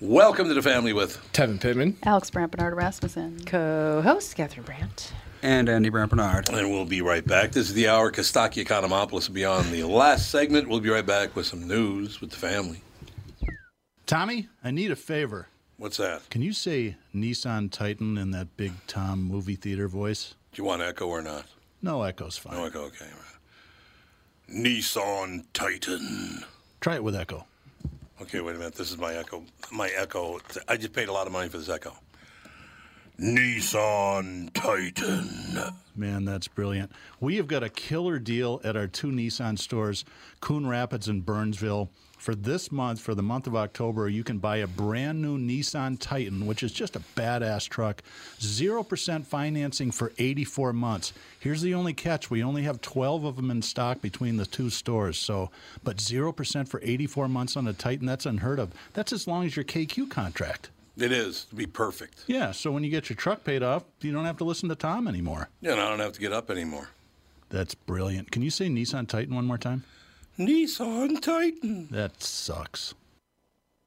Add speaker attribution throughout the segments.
Speaker 1: Welcome to the family with
Speaker 2: Tevin Pittman.
Speaker 3: Alex Brant Bernard Rasmussen.
Speaker 4: Co-host Catherine Brandt.
Speaker 5: and Andy Brant Bernard.
Speaker 1: And we'll be right back. This is the hour Kostaki Economopoulos will be on the last segment. We'll be right back with some news with the family.
Speaker 6: Tommy, I need a favor.
Speaker 1: What's that?
Speaker 6: Can you say Nissan Titan in that big Tom movie theater voice?
Speaker 1: Do you want echo or not?
Speaker 6: No echo's fine.
Speaker 1: No echo, okay. Nissan Titan.
Speaker 6: Try it with echo.
Speaker 1: Okay, wait a minute. This is my echo. My echo. I just paid a lot of money for this echo. Nissan Titan.
Speaker 6: Man, that's brilliant. We have got a killer deal at our two Nissan stores, Coon Rapids and Burnsville. For this month, for the month of October, you can buy a brand new Nissan Titan, which is just a badass truck. 0% financing for 84 months. Here's the only catch we only have 12 of them in stock between the two stores. So, but 0% for 84 months on a Titan, that's unheard of. That's as long as your KQ contract.
Speaker 1: It is to be perfect.
Speaker 6: Yeah, so when you get your truck paid off, you don't have to listen to Tom anymore.
Speaker 1: You know, I don't have to get up anymore.
Speaker 6: That's brilliant. Can you say Nissan Titan one more time?
Speaker 1: Nissan Titan.
Speaker 6: That sucks.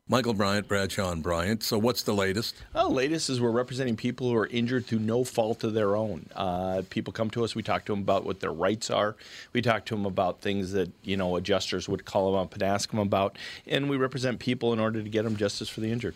Speaker 1: Michael Bryant, Bradshaw and Bryant. So what's the latest?
Speaker 7: Well, latest is we're representing people who are injured through no fault of their own. Uh, people come to us. We talk to them about what their rights are. We talk to them about things that you know adjusters would call them up and ask them about. And we represent people in order to get them justice for the injured.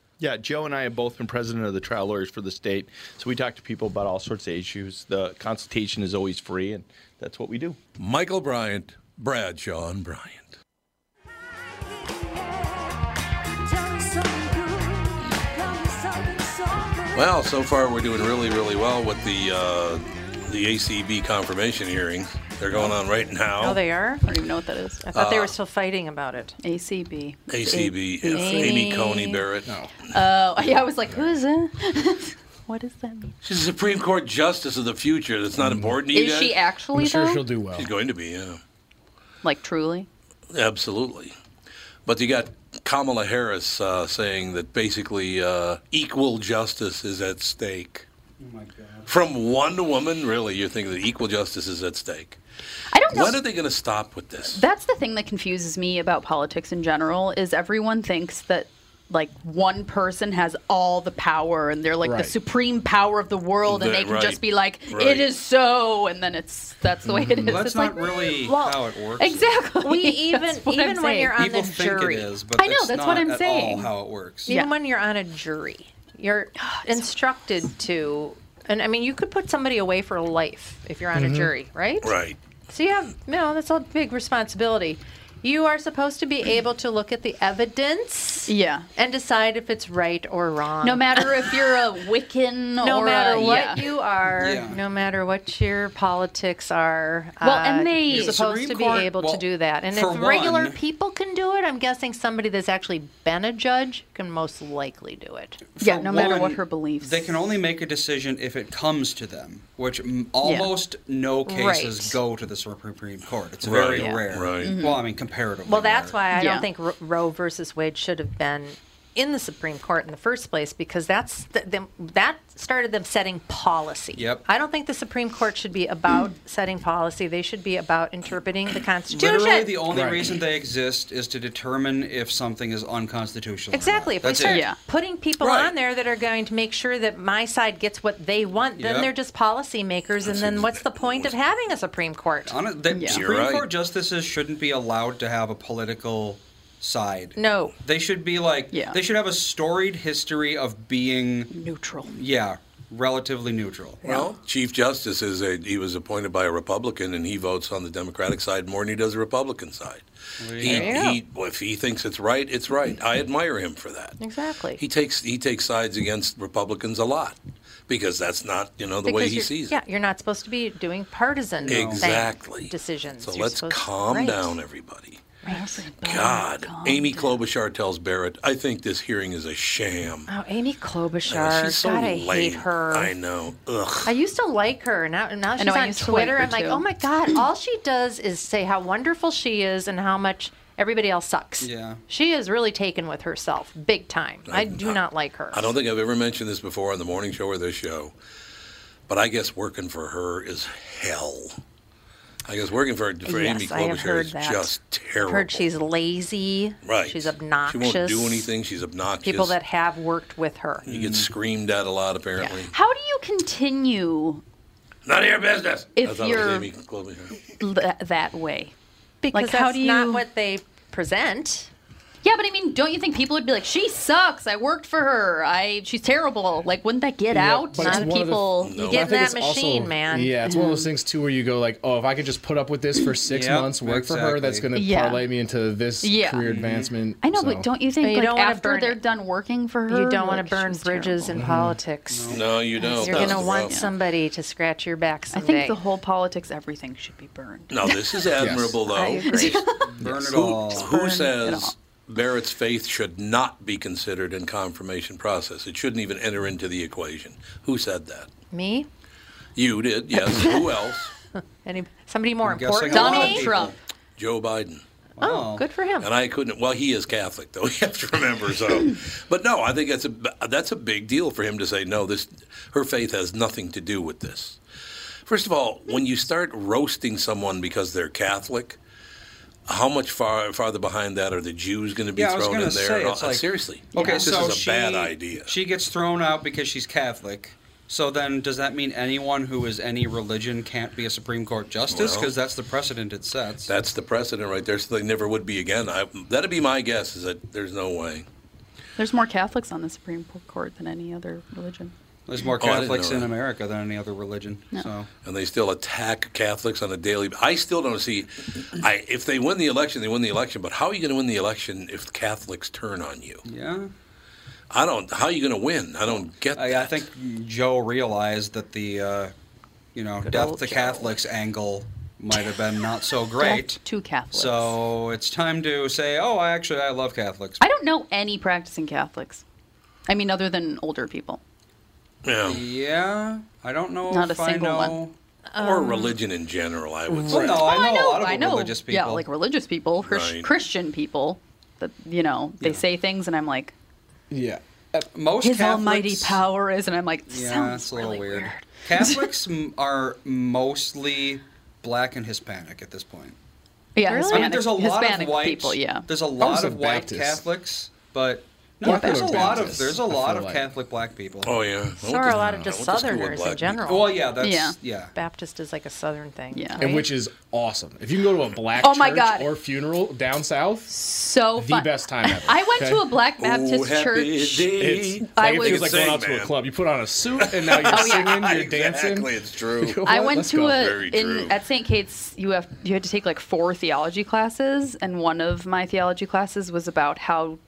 Speaker 7: Yeah, Joe and I have both been president of the trial lawyers for the state, so we talk to people about all sorts of issues. The consultation is always free, and that's what we do.
Speaker 1: Michael Bryant, Bradshaw and Bryant. Well, so far we're doing really, really well with the uh, the ACB confirmation hearings. They're going on right now.
Speaker 4: Oh, they are.
Speaker 3: I don't even know what that is.
Speaker 4: I thought
Speaker 5: Uh,
Speaker 4: they were still fighting about it.
Speaker 3: ACB.
Speaker 1: ACB, yeah.
Speaker 3: Amy-
Speaker 1: Amy Coney Barrett.
Speaker 3: Oh, yeah, I was like, who is it? what does that mean?
Speaker 1: She's a Supreme Court justice of the future. That's not important to you
Speaker 3: Is
Speaker 1: guys?
Speaker 3: she actually
Speaker 2: I'm sure
Speaker 3: though?
Speaker 2: she'll do well.
Speaker 1: She's going to be, yeah,
Speaker 3: Like truly?
Speaker 1: absolutely. But you got Kamala Harris uh, saying that basically uh, equal justice is at stake. From one woman, really, you're thinking that equal justice is at stake.
Speaker 3: I don't know.
Speaker 1: When are they going to stop with this?
Speaker 3: That's the thing that confuses me about politics in general is everyone thinks that like one person has all the power and they're like the
Speaker 2: Right.
Speaker 3: supreme power of the world and
Speaker 1: That-
Speaker 3: they can
Speaker 1: right.
Speaker 3: just be like
Speaker 1: Right.
Speaker 3: it is so and then it's that's the way
Speaker 2: Mm-hmm.
Speaker 3: it is.
Speaker 5: That's
Speaker 3: it's
Speaker 5: not
Speaker 3: like,
Speaker 5: really
Speaker 3: well,
Speaker 5: how it works.
Speaker 3: Exactly.
Speaker 4: We even
Speaker 3: That's what I'm
Speaker 4: even when
Speaker 3: saying.
Speaker 4: you're on
Speaker 5: People
Speaker 4: the
Speaker 5: think
Speaker 4: jury,
Speaker 5: it is, but
Speaker 3: I know,
Speaker 5: that's,
Speaker 3: that's
Speaker 5: not
Speaker 3: what I'm
Speaker 5: at
Speaker 3: saying.
Speaker 5: All how it works.
Speaker 3: Yeah.
Speaker 4: even when you're on a jury, you're instructed to. And I mean, you could put somebody away for life if you're on a jury, right?
Speaker 1: Right.
Speaker 4: So you have, you know, that's a big responsibility. You are supposed to be able to look at the evidence
Speaker 3: Yeah.
Speaker 4: and decide if it's right or wrong.
Speaker 3: No matter if you're a Wiccan
Speaker 4: no
Speaker 3: or
Speaker 4: matter
Speaker 3: a,
Speaker 4: what
Speaker 3: yeah.
Speaker 4: you are,
Speaker 5: Yeah.
Speaker 4: no matter what your politics are, uh,
Speaker 3: Well, and they-
Speaker 4: you're
Speaker 3: The
Speaker 4: supposed
Speaker 5: Supreme
Speaker 4: to be
Speaker 5: Court-
Speaker 4: able
Speaker 5: well,
Speaker 4: to do that. And if
Speaker 5: for
Speaker 4: regular
Speaker 5: one-
Speaker 4: people can do it, I'm guessing somebody that's actually been a judge can most likely do it.
Speaker 3: yeah,
Speaker 5: For
Speaker 3: no matter
Speaker 5: one,
Speaker 3: what her beliefs.
Speaker 5: They can only make a decision if it comes to them, which m- almost no cases
Speaker 4: Right.
Speaker 5: go to the Supreme Court. It's
Speaker 1: Right.
Speaker 5: very
Speaker 1: Yeah.
Speaker 5: rare.
Speaker 1: Right.
Speaker 3: Mm-hmm.
Speaker 5: Well, I mean, comparatively.
Speaker 4: Well, that's
Speaker 5: rare.
Speaker 4: why I
Speaker 3: Yeah.
Speaker 4: don't think Ro- Roe versus Wade should have been in the Supreme Court in the first place because that's th- them, that started them setting policy.
Speaker 5: Yep.
Speaker 4: I don't think the Supreme Court should be about setting policy. They should be about interpreting the Constitution.
Speaker 5: Literally, the only reason they exist is to determine if something is unconstitutional. or not.
Speaker 4: Exactly. If we
Speaker 5: That's it.
Speaker 4: start
Speaker 3: Yeah.
Speaker 4: putting people
Speaker 5: Right.
Speaker 4: on there that are going to make sure that my side gets what they want, then
Speaker 5: Yep.
Speaker 4: they're just policymakers, and then what's the point of having a Supreme Court?
Speaker 5: On it- the
Speaker 3: Yeah.
Speaker 5: Supreme
Speaker 1: You're right.
Speaker 5: Court justices shouldn't be allowed to have a political side.
Speaker 4: No.
Speaker 5: They should be like,
Speaker 3: Yeah.
Speaker 5: they should have a storied history of being,
Speaker 3: neutral.
Speaker 5: yeah, relatively neutral.
Speaker 1: Well, Chief Justice is a he was appointed by a Republican, and he votes on the Democratic side more than he does the Republican side. He, he if he thinks it's right, it's right. I admire him for that.
Speaker 4: Exactly.
Speaker 1: He takes he takes sides against Republicans a lot because that's not you know the way
Speaker 4: Because
Speaker 1: he
Speaker 4: you're-
Speaker 1: sees
Speaker 4: Yeah,
Speaker 1: it.
Speaker 4: you're not supposed to be doing partisan thing-
Speaker 1: exactly.
Speaker 4: decisions.
Speaker 1: So
Speaker 4: You're
Speaker 1: let's
Speaker 4: supposed-
Speaker 1: calm
Speaker 4: right.
Speaker 1: down, everybody. God, Amy Klobuchar tells Barrett, "I think this hearing is a sham."
Speaker 4: Oh, Amy Klobuchar.
Speaker 1: Uh, she's so
Speaker 4: God, I
Speaker 1: lame.
Speaker 4: hate her.
Speaker 1: I know. Ugh.
Speaker 4: I used to like her. Now, now she's
Speaker 3: know, I
Speaker 4: on
Speaker 3: used to like
Speaker 4: Twitter.
Speaker 3: her,
Speaker 4: I'm like,
Speaker 3: too.
Speaker 4: oh my God, all she does is say how wonderful she is and how much everybody else sucks.
Speaker 5: Yeah.
Speaker 4: She is really taken with herself big time. I, do not like her.
Speaker 1: I don't think I've ever mentioned this before on the morning show or this show, but I guess working for her is hell. I guess working for, for Amy
Speaker 4: yes, I have
Speaker 1: Klobuchar
Speaker 4: heard
Speaker 1: is
Speaker 4: that.
Speaker 1: just terrible.
Speaker 4: I've heard she's lazy.
Speaker 1: right.
Speaker 4: She's obnoxious.
Speaker 1: She won't do anything. Mm. She's obnoxious.
Speaker 4: People that Mm. have worked with her.
Speaker 1: you get screamed at a lot apparently.
Speaker 3: How do you continue
Speaker 1: None of your business.
Speaker 3: If
Speaker 1: I thought it was
Speaker 3: you're-
Speaker 1: Amy Klobuchar.
Speaker 3: l- that way?
Speaker 4: Because
Speaker 3: Like,
Speaker 4: that's
Speaker 3: how do
Speaker 4: not
Speaker 3: you-
Speaker 4: what they present.
Speaker 3: Yeah, but I mean, don't you think people would be like, "She sucks. I worked for her. I she's terrible." Like, wouldn't that get
Speaker 2: Yeah,
Speaker 3: out?
Speaker 2: but it's
Speaker 4: Not
Speaker 2: one of the-
Speaker 4: people.
Speaker 1: No.
Speaker 4: You
Speaker 1: But I
Speaker 4: get in
Speaker 2: think
Speaker 4: that
Speaker 2: it's also-
Speaker 4: machine, man.
Speaker 2: Yeah, it's one of those things too where you go like, oh, if I could just put up with this for six
Speaker 5: Yep,
Speaker 2: months, work for her, that's going
Speaker 5: exactly.
Speaker 2: to
Speaker 3: Yeah.
Speaker 2: parlay me into this
Speaker 3: Yeah.
Speaker 2: career advancement.
Speaker 3: I know,
Speaker 2: so.
Speaker 3: but don't you think
Speaker 4: But you
Speaker 3: like
Speaker 4: don't wanna
Speaker 3: after
Speaker 4: burn
Speaker 3: they're
Speaker 4: it.
Speaker 3: done working for her,
Speaker 4: You don't want
Speaker 3: like,
Speaker 4: to burn
Speaker 3: she's
Speaker 4: bridges
Speaker 3: terrible.
Speaker 4: in politics.
Speaker 1: Mm-hmm. No, you don't.
Speaker 4: You're
Speaker 1: That's
Speaker 4: going to
Speaker 1: the
Speaker 4: want
Speaker 1: problem.
Speaker 4: somebody to scratch your back
Speaker 3: I
Speaker 4: someday.
Speaker 3: think the whole politics, everything should be burned.
Speaker 1: No, this is admirable
Speaker 4: I
Speaker 1: though.
Speaker 4: agree.
Speaker 5: Burn it
Speaker 1: Who,
Speaker 5: all.
Speaker 1: who
Speaker 3: burn it
Speaker 1: says
Speaker 3: all.
Speaker 1: Barrett's faith should not be considered in confirmation process? It shouldn't even enter into the equation. Who said that?
Speaker 4: Me?
Speaker 1: You did, yes. who else?
Speaker 4: Any somebody more
Speaker 5: I'm guessing
Speaker 4: important?
Speaker 5: a lot of
Speaker 3: Donald
Speaker 5: people.
Speaker 3: Trump.
Speaker 1: Joe Biden.
Speaker 5: Wow.
Speaker 4: Oh, good for him.
Speaker 1: And I couldn't. Well, he is Catholic, though. You have to remember. So, but no, I think that's a that's a big deal for him to say no. This her faith has nothing to do with this. First of all, when you start roasting someone because they're Catholic, how much far farther behind that are the Jews going to be
Speaker 5: Yeah, I was
Speaker 1: thrown
Speaker 5: gonna
Speaker 1: in there?
Speaker 5: say
Speaker 1: and all-
Speaker 5: it's like
Speaker 1: seriously,
Speaker 5: Okay,
Speaker 1: this
Speaker 5: so
Speaker 1: is a
Speaker 5: she,
Speaker 1: bad idea.
Speaker 5: She gets thrown out because she's Catholic. So then, does that mean anyone who is any religion can't be a Supreme Court justice?
Speaker 1: Well-
Speaker 5: Because that's the precedent it sets.
Speaker 1: that's the precedent right there. So they never would be again. I, that'd be my guess. Is that there's no way.
Speaker 3: There's more Catholics on the Supreme Court than any other religion.
Speaker 5: There's more
Speaker 1: Oh, I didn't
Speaker 5: Catholics
Speaker 1: know
Speaker 5: in
Speaker 1: that.
Speaker 5: America than any other religion. So
Speaker 1: and they still attack Catholics on a daily. I still don't see. I if they win the election, they win the election. But how are you going to win the election if Catholics turn on you?
Speaker 5: yeah,
Speaker 1: I don't. How are you going to win? I don't get.
Speaker 5: I, I
Speaker 1: that.
Speaker 5: think Joe realized that the uh, you know death
Speaker 4: old
Speaker 5: to
Speaker 4: Joe.
Speaker 5: Catholics angle might have been not so great.
Speaker 3: Death to Catholics.
Speaker 5: So it's time to say, oh, I actually I love Catholics.
Speaker 3: I don't know any practicing Catholics. I mean, other than older people.
Speaker 1: Yeah.
Speaker 5: yeah, I don't know
Speaker 3: Not
Speaker 5: if
Speaker 3: a
Speaker 5: I
Speaker 3: single
Speaker 5: know.
Speaker 3: one. Oh,
Speaker 1: or religion in general, I would
Speaker 5: Well,
Speaker 1: say.
Speaker 5: no, I know, a lot of
Speaker 3: I know.
Speaker 5: religious people.
Speaker 3: Yeah, like religious people, Chris-
Speaker 1: Right.
Speaker 3: Christian people. That you know, they say things, and I'm like,
Speaker 5: yeah. Most
Speaker 3: "His
Speaker 5: Catholics,
Speaker 3: almighty power is," and I'm like,
Speaker 5: Yeah,
Speaker 3: "Sounds
Speaker 5: it's a little
Speaker 3: really
Speaker 5: weird. Catholics m- are mostly black and Hispanic at this point.
Speaker 3: Yeah,
Speaker 4: Really?
Speaker 3: Hispanic,
Speaker 5: I mean, there's a lot
Speaker 3: Hispanic
Speaker 5: of white
Speaker 3: people. Yeah,
Speaker 5: There's a lot
Speaker 2: say
Speaker 5: of white
Speaker 2: Baptist.
Speaker 5: Catholics, but no,
Speaker 3: Yeah,
Speaker 5: there's a
Speaker 3: Baptist.
Speaker 5: lot of there's a
Speaker 2: I feel
Speaker 5: lot of
Speaker 2: like.
Speaker 5: Catholic black people.
Speaker 1: Oh yeah. I went
Speaker 4: So are
Speaker 1: to-
Speaker 4: a lot of
Speaker 1: I
Speaker 4: just
Speaker 1: went to school with
Speaker 4: Southerners in
Speaker 1: black
Speaker 4: general.
Speaker 5: Well, yeah, that's yeah.
Speaker 3: Yeah.
Speaker 4: Baptist is like a southern thing.
Speaker 3: Yeah.
Speaker 4: right?
Speaker 2: And which is awesome. If you can go to a black
Speaker 3: Oh my
Speaker 2: church
Speaker 3: God.
Speaker 2: or funeral down south,
Speaker 3: so
Speaker 2: the
Speaker 3: fun.
Speaker 2: best time ever.
Speaker 3: I went
Speaker 2: okay?
Speaker 3: to a black
Speaker 1: people.
Speaker 3: Baptist
Speaker 1: oh, happy
Speaker 3: church.
Speaker 1: Day.
Speaker 2: It's like
Speaker 3: I
Speaker 2: it
Speaker 3: was-
Speaker 2: feels like going out to
Speaker 1: Man.
Speaker 2: a club. You put on a suit and now you're singing, you're dancing.
Speaker 1: Exactly, it's true.
Speaker 2: You know
Speaker 3: I
Speaker 2: what?
Speaker 3: went
Speaker 2: Let's
Speaker 3: to
Speaker 2: go.
Speaker 3: a
Speaker 1: Very true.
Speaker 3: in, at St. Kate's. You have you had to take like four theology classes, and one of my theology classes was about how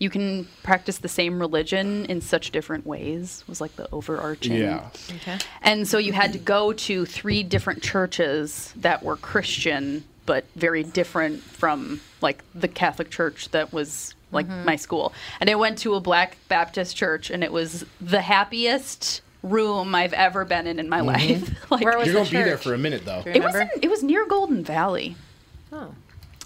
Speaker 3: you can practice the same religion in such different ways. Was like the overarching.
Speaker 2: Yeah.
Speaker 4: Okay.
Speaker 3: And so you had to go to three different churches that were Christian, but very different from like the Catholic church that was like
Speaker 4: Mm-hmm.
Speaker 3: my school. And I went to a black Baptist church, and it was the happiest room I've ever been in in
Speaker 1: Mm-hmm.
Speaker 3: my life. like
Speaker 4: Where was
Speaker 2: You're
Speaker 4: the
Speaker 2: going to be there
Speaker 4: church?
Speaker 2: for a minute though.
Speaker 3: it was
Speaker 4: Remember?
Speaker 3: in, it was near Golden Valley.
Speaker 4: Oh.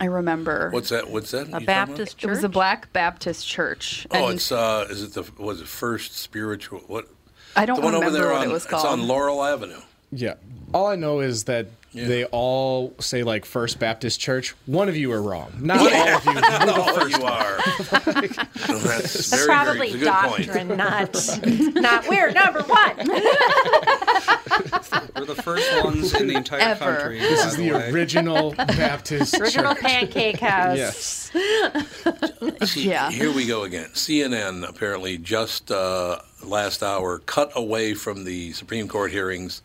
Speaker 3: I remember.
Speaker 1: What's that? What's that?
Speaker 4: A
Speaker 1: you talking about?
Speaker 4: Baptist church.
Speaker 3: it was a black Baptist church.
Speaker 1: Oh,
Speaker 3: and
Speaker 1: it's uh, is it the was it first spiritual? What?
Speaker 3: I don't
Speaker 1: the one over
Speaker 3: remember
Speaker 1: there
Speaker 3: what
Speaker 1: on
Speaker 3: it was
Speaker 1: it's on
Speaker 3: called.
Speaker 1: Laurel Avenue.
Speaker 2: Yeah. All I know is that they all say like First Baptist Church. One of you are wrong. Not all of you.
Speaker 1: Not all of Oh, you are. No, that's
Speaker 4: That's
Speaker 1: very,
Speaker 4: probably
Speaker 1: very, it's a good Point.
Speaker 4: doctrine, not not we're number one.
Speaker 5: We're the first ones in the entire
Speaker 3: Ever.
Speaker 5: country.
Speaker 2: This
Speaker 5: by
Speaker 2: is
Speaker 5: the
Speaker 2: the
Speaker 5: way.
Speaker 2: original Baptist
Speaker 4: Original
Speaker 2: Church.
Speaker 4: pancake house.
Speaker 2: Yes.
Speaker 1: See,
Speaker 3: Yeah.
Speaker 1: Here we go again. CNN apparently just uh, last hour cut away from the Supreme Court hearings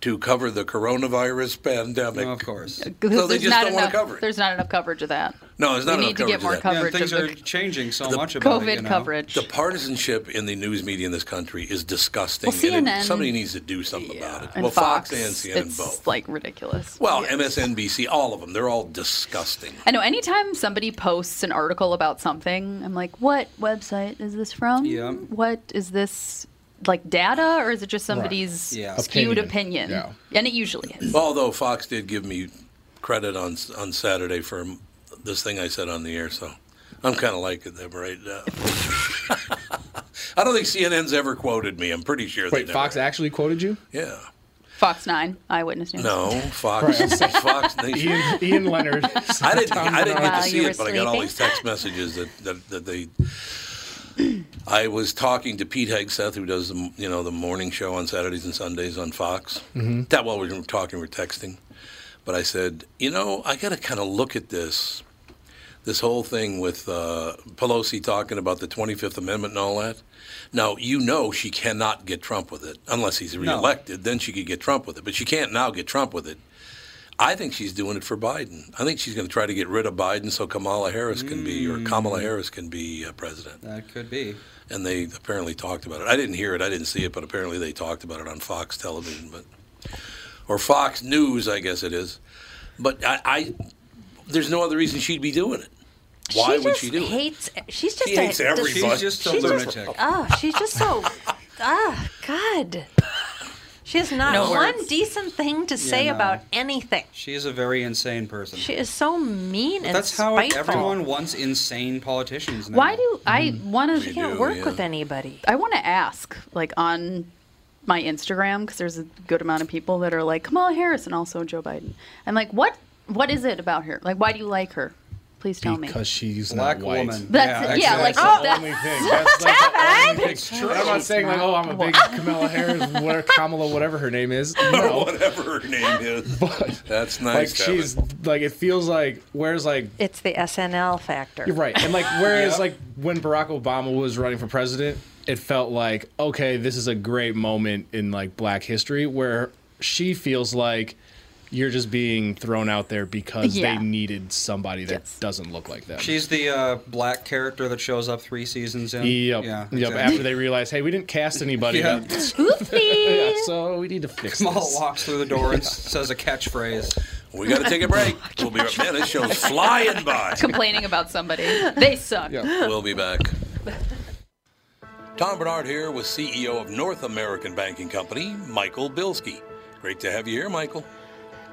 Speaker 1: to cover the coronavirus pandemic.
Speaker 5: No, of course.
Speaker 1: So they
Speaker 3: There's
Speaker 1: just
Speaker 3: not
Speaker 1: don't
Speaker 3: enough,
Speaker 1: want to cover it.
Speaker 3: There's not enough coverage of that.
Speaker 1: No, there's not
Speaker 3: we
Speaker 1: enough
Speaker 3: need
Speaker 1: coverage
Speaker 3: to get more
Speaker 1: of that.
Speaker 5: Yeah,
Speaker 3: coverage
Speaker 5: things
Speaker 3: of
Speaker 5: are
Speaker 3: the
Speaker 5: changing so much about
Speaker 3: COVID
Speaker 5: it, you know?
Speaker 3: coverage.
Speaker 1: The partisanship in the news media in this country is disgusting.
Speaker 3: Well,
Speaker 1: and it-
Speaker 3: CNN
Speaker 1: somebody needs to do something about it.
Speaker 3: and
Speaker 1: well, Fox,
Speaker 3: Fox,
Speaker 1: and CNN
Speaker 3: it's
Speaker 1: both.
Speaker 3: like ridiculous.
Speaker 1: well, MSNBC, all of them. They're all disgusting.
Speaker 3: I know anytime somebody posts an article about something, I'm like, what website is this from?
Speaker 5: Yeah.
Speaker 3: What is this like data or is it just somebody's
Speaker 5: Yeah.
Speaker 3: skewed
Speaker 2: Opinion.
Speaker 3: opinion?
Speaker 2: Yeah.
Speaker 3: And it usually is.
Speaker 1: Although Fox did give me credit on on Saturday for this thing I said on the air, so I'm kind of liking them right now. I don't think CNN's ever quoted me. I'm pretty sure they
Speaker 2: Wait,
Speaker 1: never
Speaker 2: Fox
Speaker 1: have.
Speaker 2: actually quoted you?
Speaker 1: Yeah.
Speaker 3: Fox 9, Eyewitness News.
Speaker 1: No, Fox. Fox Nation.
Speaker 2: Ian, Ian Leonard.
Speaker 1: I didn't. I didn't get
Speaker 3: While
Speaker 1: to
Speaker 3: you
Speaker 1: see
Speaker 3: were
Speaker 1: it, but I got all
Speaker 3: sleeping?
Speaker 1: these text messages that, that, that they. I was talking to Pete Hegseth, who does the you know the morning show on Saturdays and Sundays on Fox. That while we were talking, we were texting, but I said, you know, I got to kind of look at this, this whole thing with uh, Pelosi talking about the Twenty Fifth Amendment and all that. Now you know she cannot get Trump with it unless he's reelected. Then she could get Trump with it, but she can't now get Trump with it. I think she's doing it for Biden. I think she's going to try to get rid of Biden so Kamala Harris can be or Kamala Harris can be uh, president.
Speaker 5: That could be.
Speaker 1: And they apparently talked about it. I didn't hear it. I didn't see it, but apparently they talked about it on Fox television, but or Fox News, I guess it is. But I, I there's no other reason she'd be doing it. Why
Speaker 4: she
Speaker 1: would
Speaker 4: just
Speaker 1: she do it?
Speaker 4: hates, She's just
Speaker 1: She
Speaker 4: a,
Speaker 1: hates everybody.
Speaker 4: dis-
Speaker 5: She's just a
Speaker 4: She's just-
Speaker 5: lunatic.
Speaker 4: Oh, she's just so. ah, God. She has not
Speaker 3: No
Speaker 4: one
Speaker 3: words.
Speaker 4: decent thing to say
Speaker 5: no.
Speaker 4: about anything.
Speaker 5: She is a very insane person.
Speaker 4: She is so mean and
Speaker 5: That's how
Speaker 4: spiteful.
Speaker 5: everyone wants insane politicians now.
Speaker 3: Why do I want
Speaker 4: She
Speaker 3: to?
Speaker 4: can't
Speaker 1: Mm-hmm. do,
Speaker 4: work
Speaker 1: yeah.
Speaker 4: with anybody.
Speaker 3: I want to ask, like on my Instagram, because there's a good amount of people that are like Kamala Harris and also Joe Biden. I'm like, what? What is it about her? Like, why do you like her? Please tell me.
Speaker 2: Because she's
Speaker 5: black
Speaker 2: not white.
Speaker 5: woman?
Speaker 3: That's it.
Speaker 5: exactly.
Speaker 3: yeah, like oh,
Speaker 2: That's the
Speaker 3: that-
Speaker 2: only thing. That's like the only thing. I'm not
Speaker 3: She's
Speaker 2: saying like,
Speaker 3: not
Speaker 2: oh, I'm a big Kamala Harris, whatever Kamala, whatever her name is. No,
Speaker 1: Whatever her name is.
Speaker 2: but
Speaker 1: That's
Speaker 2: like
Speaker 1: nice. Kevin.
Speaker 2: she's like it feels like where's like
Speaker 4: It's the SNL factor.
Speaker 2: You're right. And like, whereas
Speaker 5: Yeah.
Speaker 2: like when Barack Obama was running for president, it felt like okay, this is a great moment in like Black history where she feels like you're just being thrown out there because
Speaker 3: Yeah.
Speaker 2: they needed somebody that
Speaker 3: Yes.
Speaker 2: doesn't look like them.
Speaker 5: She's the uh, black character that shows up three seasons in.
Speaker 2: Yep.
Speaker 5: Yeah.
Speaker 2: yep. After they realize, hey, we didn't cast anybody,
Speaker 5: Yeah.
Speaker 2: that-
Speaker 3: Oopsie.
Speaker 2: so we need to fix
Speaker 5: Kamala
Speaker 2: this.
Speaker 5: walks through the door and says a catchphrase.
Speaker 1: we got to take a break.
Speaker 2: Oh
Speaker 1: We'll be right Man, this show's flying by.
Speaker 3: Complaining about somebody. They suck.
Speaker 1: We'll be back. Tom Bernard here with CEO of North American Banking Company, Michael Bilski. Great to have you here, Michael.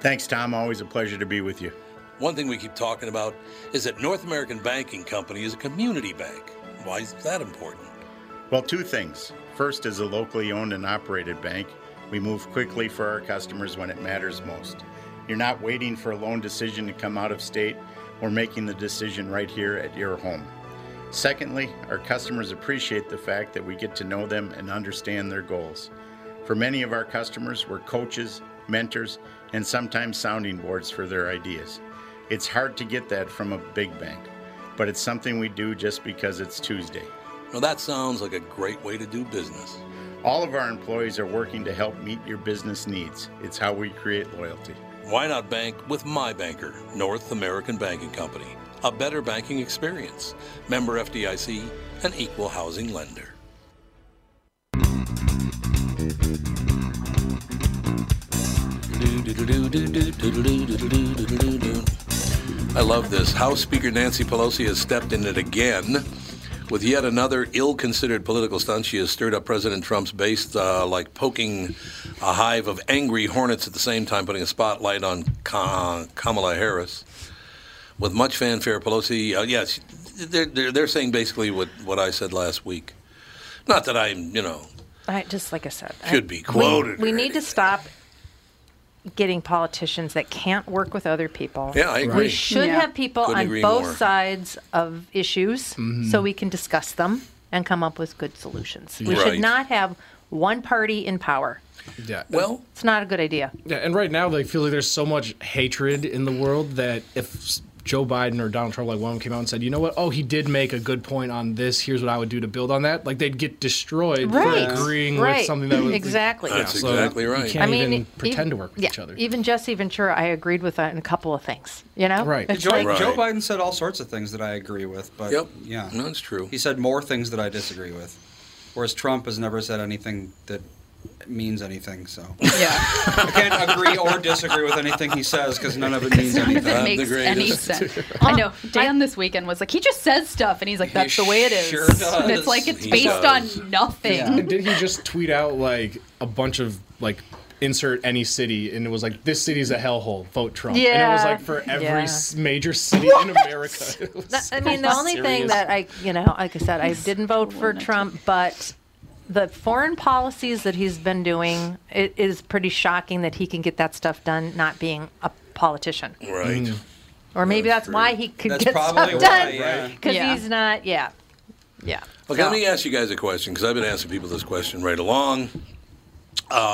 Speaker 8: Thanks, Tom. Always a pleasure to be with you.
Speaker 1: One thing we keep talking about is that North American Banking Company is a community bank. Why is that important?
Speaker 8: Well, two things. First, as a locally owned and operated bank, we move quickly for our customers when it matters most. You're not waiting for a loan decision to come out of state, we're making the decision right here at your home. Secondly, our customers appreciate the fact that we get to know them and understand their goals. For many of our customers, we're coaches, mentors, and sometimes sounding boards for their ideas. It's hard to get that from a big bank, but it's something we do just because it's Tuesday.
Speaker 1: Well, that sounds like a great way to do business.
Speaker 8: All of our employees are working to help meet your business needs. It's how we create loyalty.
Speaker 1: Why not bank with my banker, North American Banking Company? A better banking experience. Member FDIC, an equal housing lender. I love this. House Speaker Nancy Pelosi has stepped in it again with yet another ill considered political stunt. She has stirred up President Trump's base uh, like poking a hive of angry hornets at the same time, putting a spotlight on Ka- Kamala Harris. With much fanfare, Pelosi, uh, yes, they're, they're, they're saying basically what, what I said last week. Not that I'm, you know,
Speaker 4: I just like I said, I-
Speaker 1: Should be
Speaker 4: we-
Speaker 1: quoted
Speaker 4: We,
Speaker 1: or
Speaker 4: need to
Speaker 1: anything.
Speaker 4: stop getting politicians that can't work with other people.
Speaker 1: Yeah, I agree.
Speaker 4: We should
Speaker 3: Yeah.
Speaker 4: have people
Speaker 1: Couldn't
Speaker 4: on
Speaker 1: agree
Speaker 4: both
Speaker 1: more.
Speaker 4: sides of issues
Speaker 2: Mm-hmm.
Speaker 4: so we can discuss them and come up with good solutions. We
Speaker 1: Right.
Speaker 4: should not have one party in power.
Speaker 2: Yeah.
Speaker 1: well,
Speaker 4: It's not a good idea.
Speaker 2: Yeah, and right now they feel like there's so much hatred in the world that if s- Joe Biden or Donald Trump, like one of them came out and said, you know what? Oh, he did make a good point on this. Here's what I would do to build on that. Like they'd get destroyed
Speaker 4: Right.
Speaker 2: for agreeing
Speaker 4: Right.
Speaker 2: with something that was
Speaker 4: Exactly.
Speaker 2: Yeah,
Speaker 1: That's exactly right.
Speaker 2: You can't
Speaker 4: I mean,
Speaker 2: even pretend
Speaker 4: ev-
Speaker 2: to work with
Speaker 4: yeah,
Speaker 2: each other.
Speaker 4: Even Jesse Ventura, I agreed with on a couple of things. You know,
Speaker 2: Right.
Speaker 4: It's
Speaker 5: Joe,
Speaker 4: like-
Speaker 1: Right.
Speaker 5: Joe Biden said all sorts of things that I agree with, but
Speaker 1: Yep.
Speaker 5: yeah,
Speaker 1: No, it's true.
Speaker 5: He said more things that I disagree with, whereas Trump has never said anything that means anything. So
Speaker 3: Yeah.
Speaker 5: I can't agree or disagree with anything he says because none of it means
Speaker 3: None of
Speaker 5: anything.
Speaker 3: it
Speaker 1: I'm the
Speaker 3: makes any
Speaker 1: greatest.
Speaker 3: sense. I know. Dan this weekend was like, he just says stuff, and he's like, that's the way it is.
Speaker 5: sure
Speaker 3: And
Speaker 5: does.
Speaker 3: it's like, it's
Speaker 1: He
Speaker 3: based
Speaker 1: does.
Speaker 3: on nothing.
Speaker 2: And did he just tweet out like a bunch of like insert any city and it was like this city's a hellhole vote Trump and it
Speaker 4: Yeah.
Speaker 2: was like for every
Speaker 4: Yeah.
Speaker 2: s- major city in America. It was-
Speaker 4: That- I mean, the only thing
Speaker 2: serious.
Speaker 4: that I, you know, like I said, I didn't vote for Trump, but the foreign policies that he's been doing it is pretty shocking that he can get that stuff done, not being a politician,
Speaker 1: Right.
Speaker 4: or maybe
Speaker 1: That's
Speaker 4: that's,
Speaker 1: true.
Speaker 4: why he could
Speaker 5: That's
Speaker 4: get
Speaker 5: probably
Speaker 4: stuff
Speaker 5: why, yeah.
Speaker 4: done because
Speaker 3: Yeah.
Speaker 4: he's not. Yeah, yeah.
Speaker 1: Okay, let me ask you guys a question because I've been asking people this question right along. Um,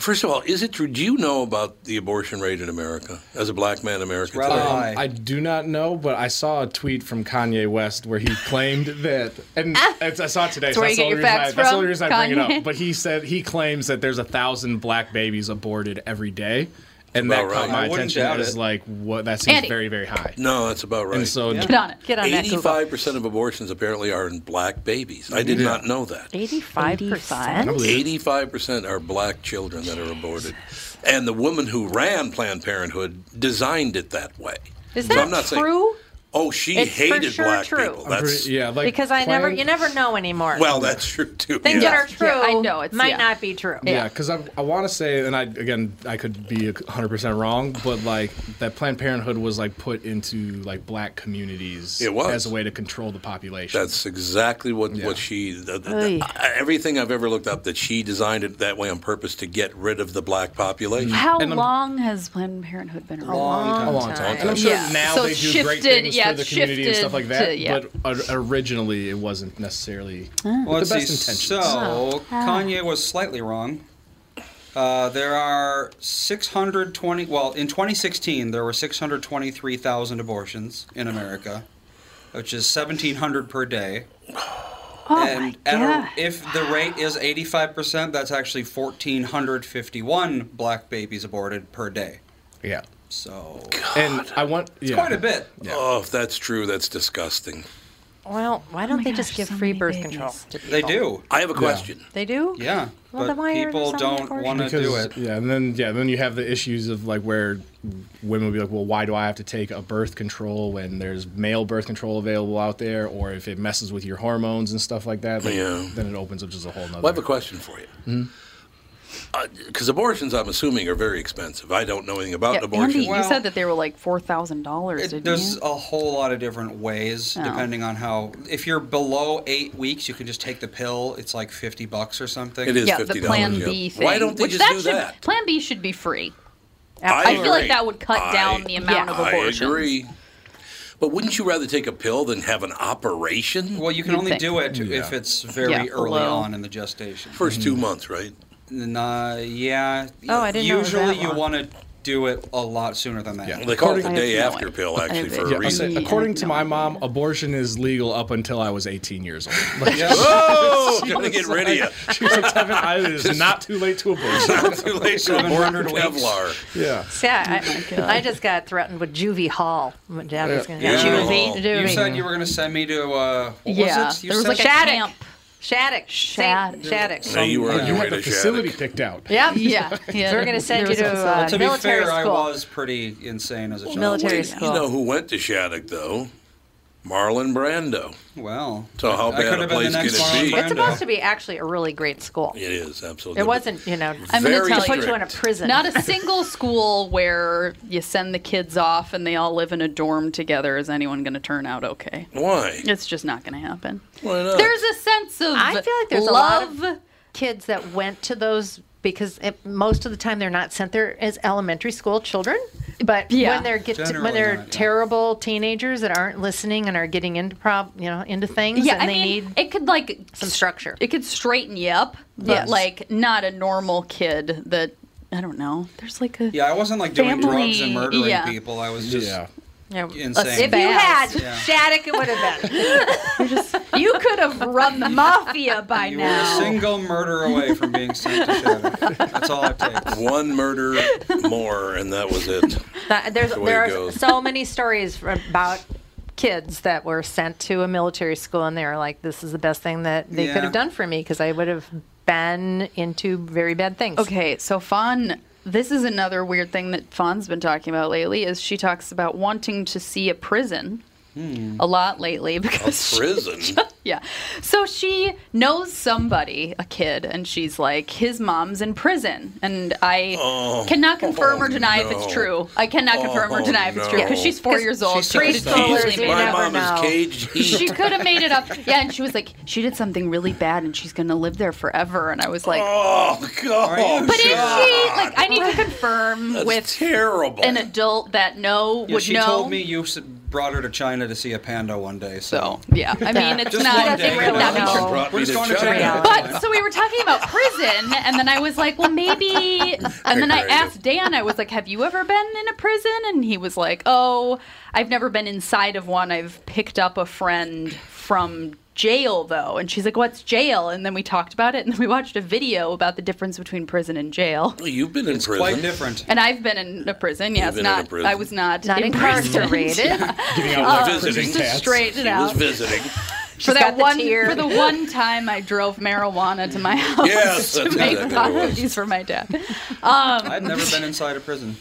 Speaker 1: first of all, is it true? Do you know about the abortion rate in America as a black man in America
Speaker 5: rather
Speaker 1: today?
Speaker 5: high.
Speaker 2: Um, I do not know, but I saw a tweet from Kanye West where he claimed that, and
Speaker 4: Ah.
Speaker 2: it's, I saw it today.
Speaker 3: That's
Speaker 2: so
Speaker 3: where
Speaker 2: that's,
Speaker 3: you get your
Speaker 2: the only reason I,
Speaker 3: facts
Speaker 2: that's the
Speaker 3: from,
Speaker 2: only reason I bring it
Speaker 3: Kanye.
Speaker 2: up. But he said he claims that there's a thousand black babies aborted every day, and that
Speaker 1: About
Speaker 2: caught
Speaker 1: right.
Speaker 2: my
Speaker 1: I
Speaker 5: wouldn't
Speaker 2: attention
Speaker 5: doubt
Speaker 2: as
Speaker 5: it.
Speaker 2: like what that seems
Speaker 3: Andy.
Speaker 2: very very high.
Speaker 1: No, that's about right.
Speaker 2: And so
Speaker 3: Get on it.
Speaker 4: Get on that. Google.
Speaker 1: Eighty-five percent of abortions apparently are in black babies. I did not know that.
Speaker 4: 85%?
Speaker 2: I believe it.
Speaker 1: Eighty-five percent are black children that are aborted, and the woman who ran Planned Parenthood designed it that way.
Speaker 4: Is
Speaker 1: So
Speaker 4: that
Speaker 1: I'm not saying-
Speaker 4: true?
Speaker 1: oh, she
Speaker 4: It's for
Speaker 1: hated
Speaker 4: sure
Speaker 1: black
Speaker 4: true.
Speaker 1: people.
Speaker 2: I'm pretty-
Speaker 1: That's
Speaker 2: yeah, like
Speaker 4: because I never,
Speaker 2: Planned-
Speaker 4: you never know anymore.
Speaker 1: well, that's true too.
Speaker 4: things
Speaker 1: yeah.
Speaker 4: that are
Speaker 3: Yeah,
Speaker 4: true,
Speaker 3: I know, it's-
Speaker 4: might
Speaker 3: yeah.
Speaker 4: not be true.
Speaker 2: Yeah, because I, I want to say, and I again I could be hundred percent wrong, but like that Planned Parenthood was like put into like black communities
Speaker 1: It was.
Speaker 2: as a way to control the population.
Speaker 1: That's exactly what,
Speaker 2: Yeah.
Speaker 1: what she. The, the-
Speaker 4: Oy.
Speaker 1: I- everything I've ever looked up that she designed it that way on purpose to get rid of the black population.
Speaker 3: How
Speaker 2: And I'm-
Speaker 3: long has Planned Parenthood been around?
Speaker 5: Long
Speaker 2: a
Speaker 5: time.
Speaker 2: long time. And I'm sure
Speaker 3: Yeah.
Speaker 2: now
Speaker 3: So
Speaker 2: they do great
Speaker 3: shifted-
Speaker 2: things
Speaker 3: yeah,
Speaker 2: for the community and stuff like
Speaker 3: shifted
Speaker 2: that.
Speaker 3: to- yeah.
Speaker 2: But or- originally, it wasn't necessarily.
Speaker 5: Well,
Speaker 2: With
Speaker 5: let's
Speaker 2: the
Speaker 5: see.
Speaker 2: best
Speaker 5: So
Speaker 2: intentions.
Speaker 3: Oh.
Speaker 5: Kanye was slightly wrong. Uh, there are 620. Well, in 2016, there were 623,000 abortions in America, which is 1,700 per day.
Speaker 3: Oh
Speaker 5: and
Speaker 3: my
Speaker 5: at a-
Speaker 3: god.
Speaker 5: if the rate is 85%, that's actually 1,451 black babies aborted per day.
Speaker 2: Yeah.
Speaker 5: So
Speaker 2: And I want. Yeah.
Speaker 5: quite a bit.
Speaker 1: Oh, if that's true, that's disgusting.
Speaker 4: Well, why don't
Speaker 3: Oh my
Speaker 4: they
Speaker 3: gosh,
Speaker 4: just give
Speaker 3: so
Speaker 4: free
Speaker 3: many
Speaker 4: birth
Speaker 3: babies.
Speaker 4: control to people?
Speaker 5: They do.
Speaker 1: I have a question.
Speaker 4: They do.
Speaker 5: Yeah.
Speaker 4: Well, then
Speaker 5: but
Speaker 4: why are there
Speaker 5: people
Speaker 4: so many
Speaker 5: don't
Speaker 4: abortions?
Speaker 5: want to
Speaker 2: Because,
Speaker 5: do it.
Speaker 2: Yeah, and then yeah, then you have the issues of like where women will be like, well, why do I have to take a birth control when there's male birth control available out there, or if it messes with your hormones and stuff like that? like,
Speaker 1: Yeah.
Speaker 2: Then it opens up just a whole nother.
Speaker 1: Well, I have a question for
Speaker 2: Mm-hmm.
Speaker 1: you. Because abortions, I'm assuming, are very expensive. I don't know anything about
Speaker 3: Yeah,
Speaker 1: abortion.
Speaker 3: Andy, you
Speaker 5: Well-
Speaker 3: said that they were like four thousand dollars,
Speaker 5: It-
Speaker 3: didn't
Speaker 5: there's
Speaker 3: you?
Speaker 5: a whole lot of different ways
Speaker 3: Oh.
Speaker 5: depending on how. If you're below eight weeks, you can just take the pill. It's like fifty bucks or something.
Speaker 1: It is
Speaker 3: yeah,
Speaker 1: fifty
Speaker 3: the
Speaker 1: dollars.
Speaker 3: Plan B thing.
Speaker 1: Why don't they
Speaker 3: which
Speaker 1: just
Speaker 3: that
Speaker 1: do
Speaker 3: should,
Speaker 1: that?
Speaker 3: Plan B should be free.
Speaker 1: I
Speaker 3: I feel like
Speaker 1: agree.
Speaker 3: that would cut down
Speaker 1: I-
Speaker 3: the amount
Speaker 4: Yeah.
Speaker 3: of
Speaker 1: I
Speaker 3: abortions.
Speaker 1: agree. But wouldn't you rather take a pill than have an operation?
Speaker 5: Well, you can
Speaker 3: You'd
Speaker 5: only
Speaker 3: think.
Speaker 5: do it if
Speaker 2: Yeah.
Speaker 5: it's very
Speaker 3: Yeah,
Speaker 5: early
Speaker 3: below.
Speaker 5: on in the gestation.
Speaker 1: First
Speaker 2: mm-hmm.
Speaker 1: two months, right?
Speaker 5: And, uh, yeah.
Speaker 4: Oh, I didn't know it was
Speaker 5: Usually,
Speaker 4: that
Speaker 5: you
Speaker 4: long.
Speaker 5: want to do it a lot sooner than that.
Speaker 2: Yeah.
Speaker 1: They call it
Speaker 2: According-
Speaker 1: the
Speaker 3: I have
Speaker 1: day
Speaker 3: no
Speaker 1: after
Speaker 3: idea.
Speaker 1: pill,
Speaker 3: I
Speaker 1: actually,
Speaker 3: have
Speaker 1: for
Speaker 2: Yeah,
Speaker 1: a
Speaker 2: I'll say,
Speaker 1: reason.
Speaker 3: Yeah,
Speaker 2: according to
Speaker 3: no
Speaker 2: my
Speaker 3: idea.
Speaker 2: mom, abortion is legal up until I was 18 years old. Like,
Speaker 5: Yeah.
Speaker 1: Oh, trying to get rid of you.
Speaker 2: she was like, Kevin, I- it is not too late to abort.
Speaker 1: Too late to abort
Speaker 5: 700 weeks.
Speaker 1: Kevlar.
Speaker 2: yeah.
Speaker 4: Yeah, I, I just got threatened with juvie hall. My dad was going to
Speaker 1: Yeah.
Speaker 4: juvie,
Speaker 1: You
Speaker 5: You
Speaker 4: juvie.
Speaker 5: said you were going to send me to. Uh, what
Speaker 3: Yeah,
Speaker 5: was it? You
Speaker 3: there was
Speaker 5: said
Speaker 3: like a
Speaker 4: Shattuck.
Speaker 3: camp.
Speaker 4: Shattuck,
Speaker 3: Shattuck.
Speaker 4: Shattuck, Shattuck.
Speaker 1: Now you were on
Speaker 5: Yeah.
Speaker 2: You
Speaker 1: your way
Speaker 2: had
Speaker 1: to
Speaker 2: the facility
Speaker 1: Shattuck.
Speaker 2: picked out.
Speaker 4: Yep.
Speaker 3: Yeah, yeah.
Speaker 4: So we're gonna send
Speaker 3: There
Speaker 4: you
Speaker 3: was
Speaker 4: to,
Speaker 3: also-
Speaker 4: uh,
Speaker 5: to be
Speaker 4: military
Speaker 5: fair, I
Speaker 4: school.
Speaker 5: was pretty insane as a child.
Speaker 4: Military
Speaker 1: You
Speaker 4: school.
Speaker 1: know who went to Shattuck though? Marlon Brando.
Speaker 5: Well,
Speaker 1: So how
Speaker 5: I could
Speaker 1: bad a
Speaker 5: have been the
Speaker 1: place can
Speaker 5: next Marlon
Speaker 1: it be?
Speaker 4: It's
Speaker 5: Brando.
Speaker 4: supposed to be actually a really great school.
Speaker 1: It is absolutely.
Speaker 4: It wasn't, you know,
Speaker 3: I'm gonna
Speaker 1: Very
Speaker 3: tell
Speaker 4: they put you in a
Speaker 1: strict.
Speaker 4: prison.
Speaker 3: Not a single school where you send the kids off and they all live in a dorm together is anyone going to turn out okay.
Speaker 1: Why?
Speaker 3: It's just not going to happen.
Speaker 1: Why not?
Speaker 3: There's a sense of
Speaker 4: I feel like there's
Speaker 3: love.
Speaker 4: a lot of kids that went to those because it, most of the time they're not sent there as elementary school children. But
Speaker 3: Yeah.
Speaker 4: when they're get to,
Speaker 5: Generally
Speaker 4: when they're
Speaker 5: not, yeah.
Speaker 4: terrible teenagers that aren't listening and are getting into prob you know into things,
Speaker 3: yeah,
Speaker 4: and
Speaker 3: I
Speaker 4: they
Speaker 3: mean,
Speaker 4: need
Speaker 3: it could like
Speaker 4: some structure.
Speaker 3: It could straighten you up, but
Speaker 4: Yes.
Speaker 3: like not a normal kid that I don't know. There's like a
Speaker 5: Yeah, I wasn't like doing drugs
Speaker 3: Family,
Speaker 5: and murdering
Speaker 3: yeah.
Speaker 5: people. I was just
Speaker 2: Yeah.
Speaker 4: Yeah.
Speaker 5: insane.
Speaker 4: If you had
Speaker 3: Fast.
Speaker 5: Yeah.
Speaker 4: Shattuck, it would have been.
Speaker 3: You could have run the mafia by
Speaker 5: You were a
Speaker 3: now.
Speaker 5: single murder away from being sent to Shattuck. That's all it takes.
Speaker 1: One murder more, and that was it.
Speaker 4: That- there's
Speaker 1: the way
Speaker 4: there
Speaker 1: it
Speaker 4: are
Speaker 1: goes.
Speaker 4: so many stories fr- about kids that were sent to a military school and they were like, "This is the best thing that they
Speaker 5: Yeah.
Speaker 4: could have done for me because I would have been into very bad things."
Speaker 3: Okay, so Fawn, this is another weird thing that Fawn's been talking about lately. Is she talks about wanting to see a prison a lot lately because she-
Speaker 1: Hmm. Prison.
Speaker 3: yeah. So she knows somebody, a kid, and she's like, his mom's in prison. And I cannot confirm or deny if
Speaker 1: Oh. no.
Speaker 3: it's true. I cannot confirm or
Speaker 1: Oh,
Speaker 3: deny if it's true
Speaker 1: no.
Speaker 3: because she's four
Speaker 4: 'Cause
Speaker 3: years old.
Speaker 5: she's
Speaker 3: She could
Speaker 5: so
Speaker 3: have
Speaker 4: stupid.
Speaker 3: easily made
Speaker 1: My
Speaker 3: it
Speaker 4: never
Speaker 1: mom
Speaker 3: up.
Speaker 4: know.
Speaker 1: is caged heat.
Speaker 3: She could have made it up. Yeah, and she was like, she did something really bad and she's going to live there forever. And I was like,
Speaker 1: oh
Speaker 5: Are you
Speaker 1: God!
Speaker 3: but is she?
Speaker 1: God.
Speaker 3: Like, I need to confirm
Speaker 1: That's
Speaker 3: with
Speaker 1: terrible.
Speaker 3: an adult that no
Speaker 5: Yeah,
Speaker 3: would
Speaker 5: she
Speaker 3: know.
Speaker 5: told me you s- brought her to China to see a panda one day. So,
Speaker 3: So yeah, I mean it's
Speaker 5: just
Speaker 3: not.
Speaker 5: one
Speaker 3: It
Speaker 5: day.
Speaker 3: would not be
Speaker 4: No.
Speaker 3: true.
Speaker 1: Brought
Speaker 5: We're
Speaker 1: me
Speaker 5: just
Speaker 1: to
Speaker 5: going to
Speaker 1: China.
Speaker 5: China.
Speaker 3: But so we were talking about prison, and then I was like, well, maybe. And then I
Speaker 1: Right.
Speaker 3: asked Dan, I was like, have you ever been in a prison? And he was like, oh, I've never been inside of one. I've picked up a friend from jail, though. And she's like, what's jail? And then we talked about it, and then we watched a video about the difference between prison and jail.
Speaker 1: Well, You've been in
Speaker 5: it's
Speaker 1: prison.
Speaker 5: quite different.
Speaker 3: And I've been in a prison. Yes,
Speaker 1: been in a
Speaker 3: not.
Speaker 1: prison.
Speaker 3: I was not,
Speaker 4: Not
Speaker 3: imprisoned.
Speaker 4: incarcerated.
Speaker 6: Giving out life
Speaker 1: Uh,
Speaker 6: prison
Speaker 1: just
Speaker 6: tats.
Speaker 3: Straighten it
Speaker 1: She
Speaker 3: out. Oh.
Speaker 1: was visiting.
Speaker 3: for that
Speaker 4: got the
Speaker 3: one
Speaker 4: tear.
Speaker 3: for the one time I drove marijuana to my house
Speaker 1: Yes,
Speaker 3: to
Speaker 1: that's
Speaker 3: make
Speaker 1: exactly what it was.
Speaker 3: coffees for my dad.
Speaker 5: I've never been inside a prison.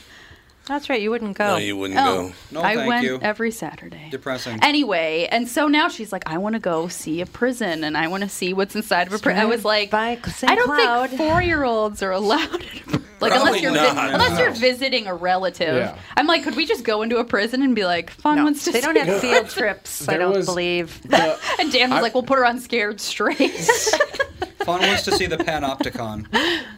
Speaker 4: That's right. You wouldn't go.
Speaker 1: No, you wouldn't go.
Speaker 5: No,
Speaker 3: Oh, I
Speaker 5: thank
Speaker 3: went
Speaker 5: you.
Speaker 3: every Saturday.
Speaker 5: Depressing.
Speaker 3: Anyway, and so now she's like, I want to go see a prison, and I want to see what's inside of a prison. I was like,
Speaker 4: By
Speaker 3: I
Speaker 4: St.
Speaker 3: don't
Speaker 4: Cloud.
Speaker 3: think four-year-olds are allowed. in a pr- Like
Speaker 1: Probably
Speaker 3: unless you're vi-
Speaker 1: not.
Speaker 3: unless you're
Speaker 5: No.
Speaker 3: visiting a relative,
Speaker 2: Yeah.
Speaker 3: I'm like, could we just go into a prison and be like, fun
Speaker 4: No,
Speaker 3: wants to
Speaker 4: they
Speaker 3: see
Speaker 4: don't have field trips. I
Speaker 2: There
Speaker 4: don't
Speaker 2: was-
Speaker 4: believe.
Speaker 2: The-
Speaker 3: And Dan was
Speaker 2: I-
Speaker 3: like, we'll put her on scared straight.
Speaker 5: Fawn wants to see the Panopticon.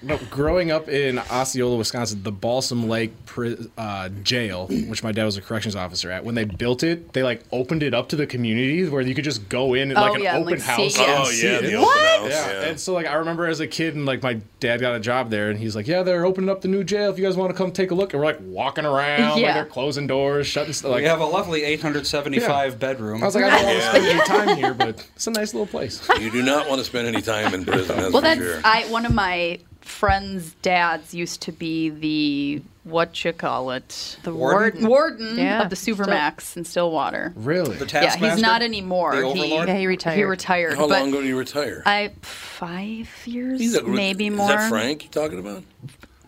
Speaker 2: No, growing up in Osceola, Wisconsin, the Balsam Lake pri- uh, jail, which my dad was a corrections officer at, when they built it, they like opened it up to the community where you could just go in and like
Speaker 3: Oh,
Speaker 2: an
Speaker 3: yeah, and,
Speaker 2: open
Speaker 3: like, see-
Speaker 2: house.
Speaker 3: yeah.
Speaker 2: and
Speaker 1: Oh
Speaker 2: see
Speaker 1: yeah,
Speaker 2: it.
Speaker 1: the
Speaker 3: What?
Speaker 1: open house.
Speaker 2: Yeah.
Speaker 1: Yeah.
Speaker 2: and so like I remember as a kid, and like my dad got a job there, and he's like, "Yeah, they're opening up the new jail. If you guys want to come take a look," and we're like walking around,
Speaker 3: Yeah.
Speaker 2: like they're closing doors, shutting stuff.
Speaker 5: We
Speaker 2: Like
Speaker 5: have a lovely 875 bedroom.
Speaker 2: I was like, I don't want to spend any time here, but it's a nice little place.
Speaker 1: You do not want to spend any time in prison. That's for
Speaker 3: Well, that's
Speaker 1: sure.
Speaker 3: I. One of my friends' dads used to be the what you call it, the
Speaker 5: Warden?
Speaker 3: warden
Speaker 4: Yeah,
Speaker 3: of the Supermax in Stillwater.
Speaker 2: Really?
Speaker 5: the
Speaker 3: Yeah,
Speaker 5: taskmaster.
Speaker 3: he's not anymore.
Speaker 5: The
Speaker 3: he,
Speaker 5: overlord? Yeah, he
Speaker 4: retired.
Speaker 3: retired,
Speaker 1: How
Speaker 3: but
Speaker 1: long ago do you retire?
Speaker 3: I five years,
Speaker 1: He's a-
Speaker 3: maybe
Speaker 1: is
Speaker 3: more.
Speaker 1: that Frank you talking about?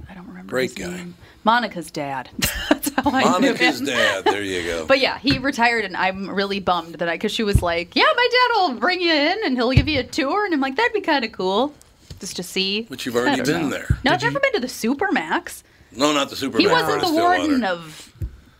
Speaker 3: I don't remember.
Speaker 1: Great
Speaker 3: his
Speaker 1: guy.
Speaker 3: name. Monica's dad. that's how I knew
Speaker 1: Monica's
Speaker 3: him.
Speaker 1: dad. There you go.
Speaker 3: But yeah, he retired, and I'm really bummed that I, because she was like, "Yeah, my dad will bring you in, and he'll give you a tour," and I'm like, "That'd be kind of cool, just to see."
Speaker 1: But you've already
Speaker 3: I don't
Speaker 1: been
Speaker 3: know.
Speaker 1: there.
Speaker 3: No, I've never been to the Supermax.
Speaker 1: No, not the Superman.
Speaker 3: He wasn't the warden of.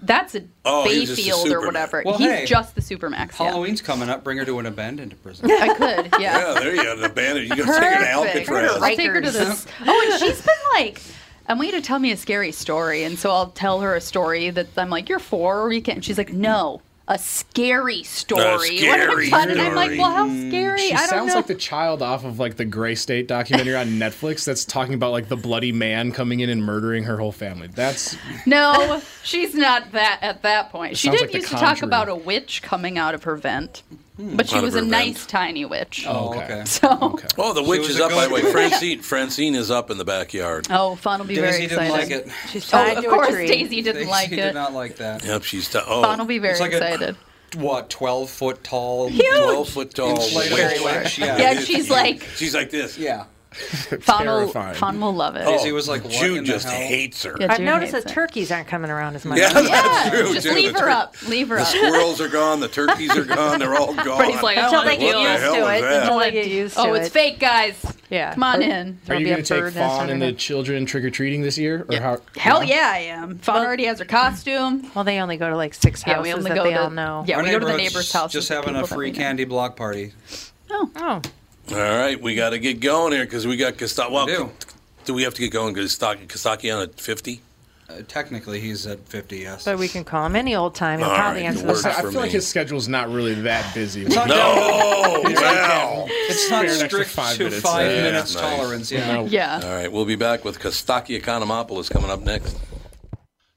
Speaker 3: That's a
Speaker 1: Oh, he was just the
Speaker 3: Bayfield or
Speaker 1: Superman.
Speaker 3: whatever.
Speaker 5: Well,
Speaker 3: He's
Speaker 5: hey,
Speaker 3: just the Supermax. yeah.
Speaker 5: Halloween's coming up. Bring her to an abandoned prison.
Speaker 3: I could, yeah.
Speaker 1: Yeah, there you go. The bandit. You can take her to
Speaker 3: Perfect.
Speaker 1: Alcatraz.
Speaker 3: I'll take her to
Speaker 4: Rikers.
Speaker 3: this. Oh, and she's been like, I want you to tell me a scary story. And so I'll tell her a story that I'm like, you're four or you can't. And she's like, no, a scary story. What have
Speaker 1: scary
Speaker 3: I done? And I'm like,
Speaker 1: story.
Speaker 3: well, how scary?
Speaker 2: She
Speaker 3: I don't
Speaker 2: sounds
Speaker 3: know.
Speaker 2: like the child off of like the Gray State documentary on Netflix that's talking about like the bloody man coming in and murdering her whole family. That's
Speaker 3: No, she's not that at that point. She
Speaker 2: Sounds
Speaker 3: did
Speaker 2: like The
Speaker 3: used to talk
Speaker 2: Conjuring.
Speaker 3: about a witch coming out of her vent, but she
Speaker 1: Hmm. Out of
Speaker 3: was
Speaker 1: her
Speaker 3: a nice,
Speaker 1: vent.
Speaker 3: tiny witch.
Speaker 5: Oh, okay.
Speaker 3: So,
Speaker 1: Oh, the witch
Speaker 5: was
Speaker 1: is
Speaker 5: a
Speaker 1: up by the way.
Speaker 5: ghost.
Speaker 1: Francine, Francine is up in the backyard.
Speaker 3: oh, Fawn will be
Speaker 5: Daisy
Speaker 3: very
Speaker 5: didn't
Speaker 3: excited.
Speaker 5: like it.
Speaker 4: She's
Speaker 3: Oh,
Speaker 4: tied
Speaker 3: of
Speaker 4: to
Speaker 3: course,
Speaker 4: a tree.
Speaker 3: Daisy didn't
Speaker 5: Daisy
Speaker 3: like
Speaker 5: did
Speaker 3: it.
Speaker 5: not like that.
Speaker 1: Yep, she's. Ta- oh,
Speaker 3: Fawn will be very
Speaker 5: It's like a-
Speaker 3: excited.
Speaker 5: What, 12 foot tall?
Speaker 1: Twelve foot tall
Speaker 5: Inflatable
Speaker 1: witch.
Speaker 5: witch, yeah.
Speaker 3: Yeah, she's like-
Speaker 1: She's like this.
Speaker 5: Yeah.
Speaker 3: Fawn will,
Speaker 2: terrifying.
Speaker 3: Fawn will love it.
Speaker 1: Oh,
Speaker 5: Daisy was like, what
Speaker 1: Jude
Speaker 5: in the
Speaker 1: just
Speaker 5: hell?
Speaker 1: hates her.
Speaker 3: Yeah,
Speaker 4: I've
Speaker 3: June
Speaker 4: noticed that
Speaker 3: hates it.
Speaker 4: turkeys aren't coming around as much.
Speaker 1: Yeah, that's
Speaker 3: Yeah,
Speaker 1: true.
Speaker 3: just
Speaker 1: too.
Speaker 3: leave
Speaker 1: The
Speaker 3: her
Speaker 1: tur-
Speaker 3: up. Leave her
Speaker 1: The
Speaker 3: up.
Speaker 1: squirrels are gone. The turkeys are gone. They're all gone.
Speaker 3: Freddie's like, I
Speaker 4: Until
Speaker 3: don't
Speaker 4: they
Speaker 3: like
Speaker 4: get
Speaker 1: What the
Speaker 4: used
Speaker 1: hell
Speaker 4: to
Speaker 1: was
Speaker 4: it.
Speaker 1: that?
Speaker 4: Until they get used to it.
Speaker 3: Oh, it's fake, guys.
Speaker 4: Yeah.
Speaker 3: Come on in.
Speaker 2: Are
Speaker 4: It'll
Speaker 2: you
Speaker 4: be a
Speaker 2: going to take
Speaker 4: bird nest
Speaker 2: Fawn and the
Speaker 4: underneath.
Speaker 2: children trick or treating this year? Or how?
Speaker 3: Hell yeah, I am. Fawn already has her costume.
Speaker 4: Well, they only go to like six
Speaker 3: Yeah,
Speaker 4: houses
Speaker 3: we only
Speaker 4: that
Speaker 3: go
Speaker 4: they
Speaker 3: to,
Speaker 4: all know.
Speaker 3: Yeah,
Speaker 5: Our
Speaker 3: we go to the
Speaker 5: neighborhood's
Speaker 3: neighbor's house.
Speaker 5: Just having a free candy block party.
Speaker 4: Oh,
Speaker 1: All right, we got to get going here because we got Kostaki. Well,
Speaker 5: do.
Speaker 1: do we have to get going because Kostaki on at 50?
Speaker 5: Uh, technically, he's at 50, yes.
Speaker 4: but we can call him any old time. He'll
Speaker 1: All
Speaker 4: probably
Speaker 1: right,
Speaker 4: answer
Speaker 1: the
Speaker 4: the
Speaker 1: works
Speaker 2: So I
Speaker 1: for
Speaker 2: feel like
Speaker 1: me.
Speaker 2: his schedule's not really that busy.
Speaker 5: It's not,
Speaker 1: No! wow!
Speaker 5: it's not
Speaker 2: Spare an extra
Speaker 5: strict
Speaker 2: five
Speaker 5: to
Speaker 2: minutes.
Speaker 5: five
Speaker 1: Yeah,
Speaker 5: minutes
Speaker 1: nice.
Speaker 5: tolerance. Yeah.
Speaker 3: Yeah.
Speaker 1: All right, we'll be back with Kostaki Economopoulos coming up next.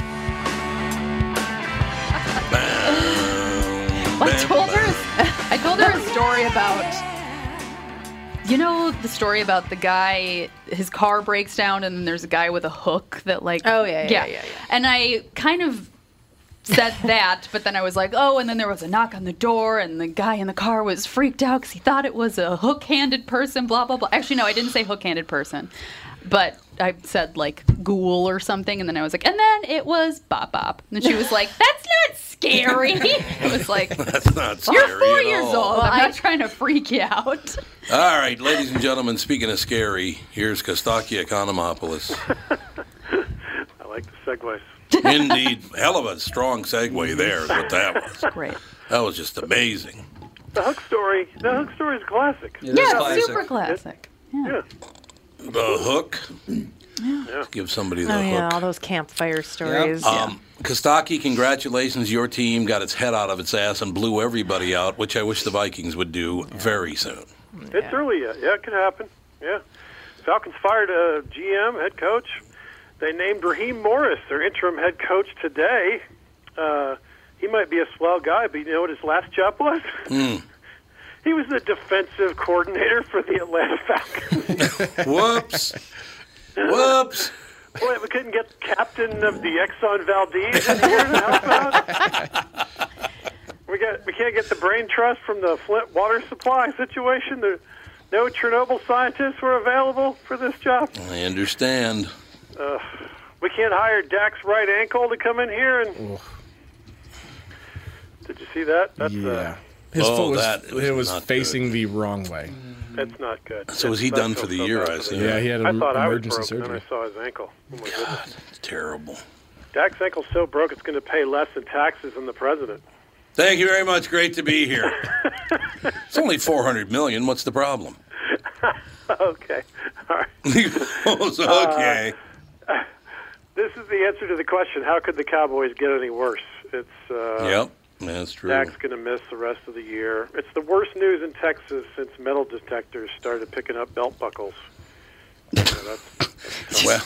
Speaker 3: I told her. I told her a story about. You know the story about the guy, his car breaks down, and there's a guy with a hook that like.
Speaker 4: Oh, yeah, yeah, yeah, yeah.
Speaker 3: And I kind of said that, but then I was like, oh, and then there was a knock on the door, and the guy in the car was freaked out because he thought it was a hook-handed person. Blah blah blah. Actually, no, I didn't say hook-handed person, but. I said like ghoul or something, and then I was like, and then it was Bop Bop. And she was like, that's not scary. it was like,
Speaker 1: That's not scary.
Speaker 3: You're four
Speaker 1: at
Speaker 3: years
Speaker 1: all.
Speaker 3: old. I'm not trying to freak you out.
Speaker 1: All right, ladies and gentlemen, speaking of scary, here's Kostaki Economopoulos.
Speaker 9: I like the segues.
Speaker 1: Indeed, hell of a strong segue there is what that was.
Speaker 3: Great.
Speaker 1: That was just amazing.
Speaker 9: The Hook story. The Hook story is a classic.
Speaker 5: It is
Speaker 3: yeah,
Speaker 5: classic.
Speaker 3: super classic.
Speaker 9: Yeah.
Speaker 1: The hook. Give somebody the
Speaker 4: Oh,
Speaker 1: hook.
Speaker 4: yeah, all those campfire stories.
Speaker 3: Uh,
Speaker 1: Um, Kostaki, congratulations. Your team got its head out of its ass and blew everybody out, which I wish the Vikings would do very soon.
Speaker 9: It's early yet. Yeah, it could happen. Yeah. Falcons fired a GM, head coach. They named Raheem Morris their interim head coach today. Uh, he might be a swell guy, but you know what his last job was? He was the defensive coordinator for the Atlanta Falcons.
Speaker 1: Whoops. Whoops.
Speaker 9: Boy, we couldn't get captain of the Exxon Valdez in here to help out. We got we can't get the brain trust from the Flint water supply situation. There, no Chernobyl scientists were available for this job.
Speaker 1: I understand.
Speaker 9: We can't hire Dak's right ankle to come in here and. Did you see that? That's uh,
Speaker 2: His
Speaker 1: Oh,
Speaker 2: foot was
Speaker 1: that is
Speaker 2: it was
Speaker 1: not
Speaker 2: facing the wrong way.
Speaker 9: that's not good.
Speaker 1: So was he
Speaker 9: That's-
Speaker 1: done
Speaker 9: I
Speaker 1: for the
Speaker 9: feel so
Speaker 1: year,
Speaker 9: bad
Speaker 1: I
Speaker 9: for
Speaker 1: see.
Speaker 9: the-
Speaker 2: Yeah, he had
Speaker 9: I
Speaker 2: an
Speaker 9: thought I was
Speaker 2: emergency
Speaker 9: broke, and then
Speaker 2: surgery.
Speaker 9: I saw his ankle. Oh my goodness.
Speaker 1: It's terrible.
Speaker 9: Dak's ankle's so broke it's going to pay less in taxes than the president.
Speaker 1: Thank you very much. Great to be here. it's only 400 million. What's the problem?
Speaker 9: Okay, all right.
Speaker 1: He goes,
Speaker 9: Uh,
Speaker 1: okay.
Speaker 9: This is the answer to the question: How could the Cowboys get any worse? It's uh,
Speaker 1: yep. That's true.
Speaker 9: Dak's going to miss the rest of the year. It's the worst news in Texas since metal detectors started picking up belt buckles. You know, that's,
Speaker 1: Well,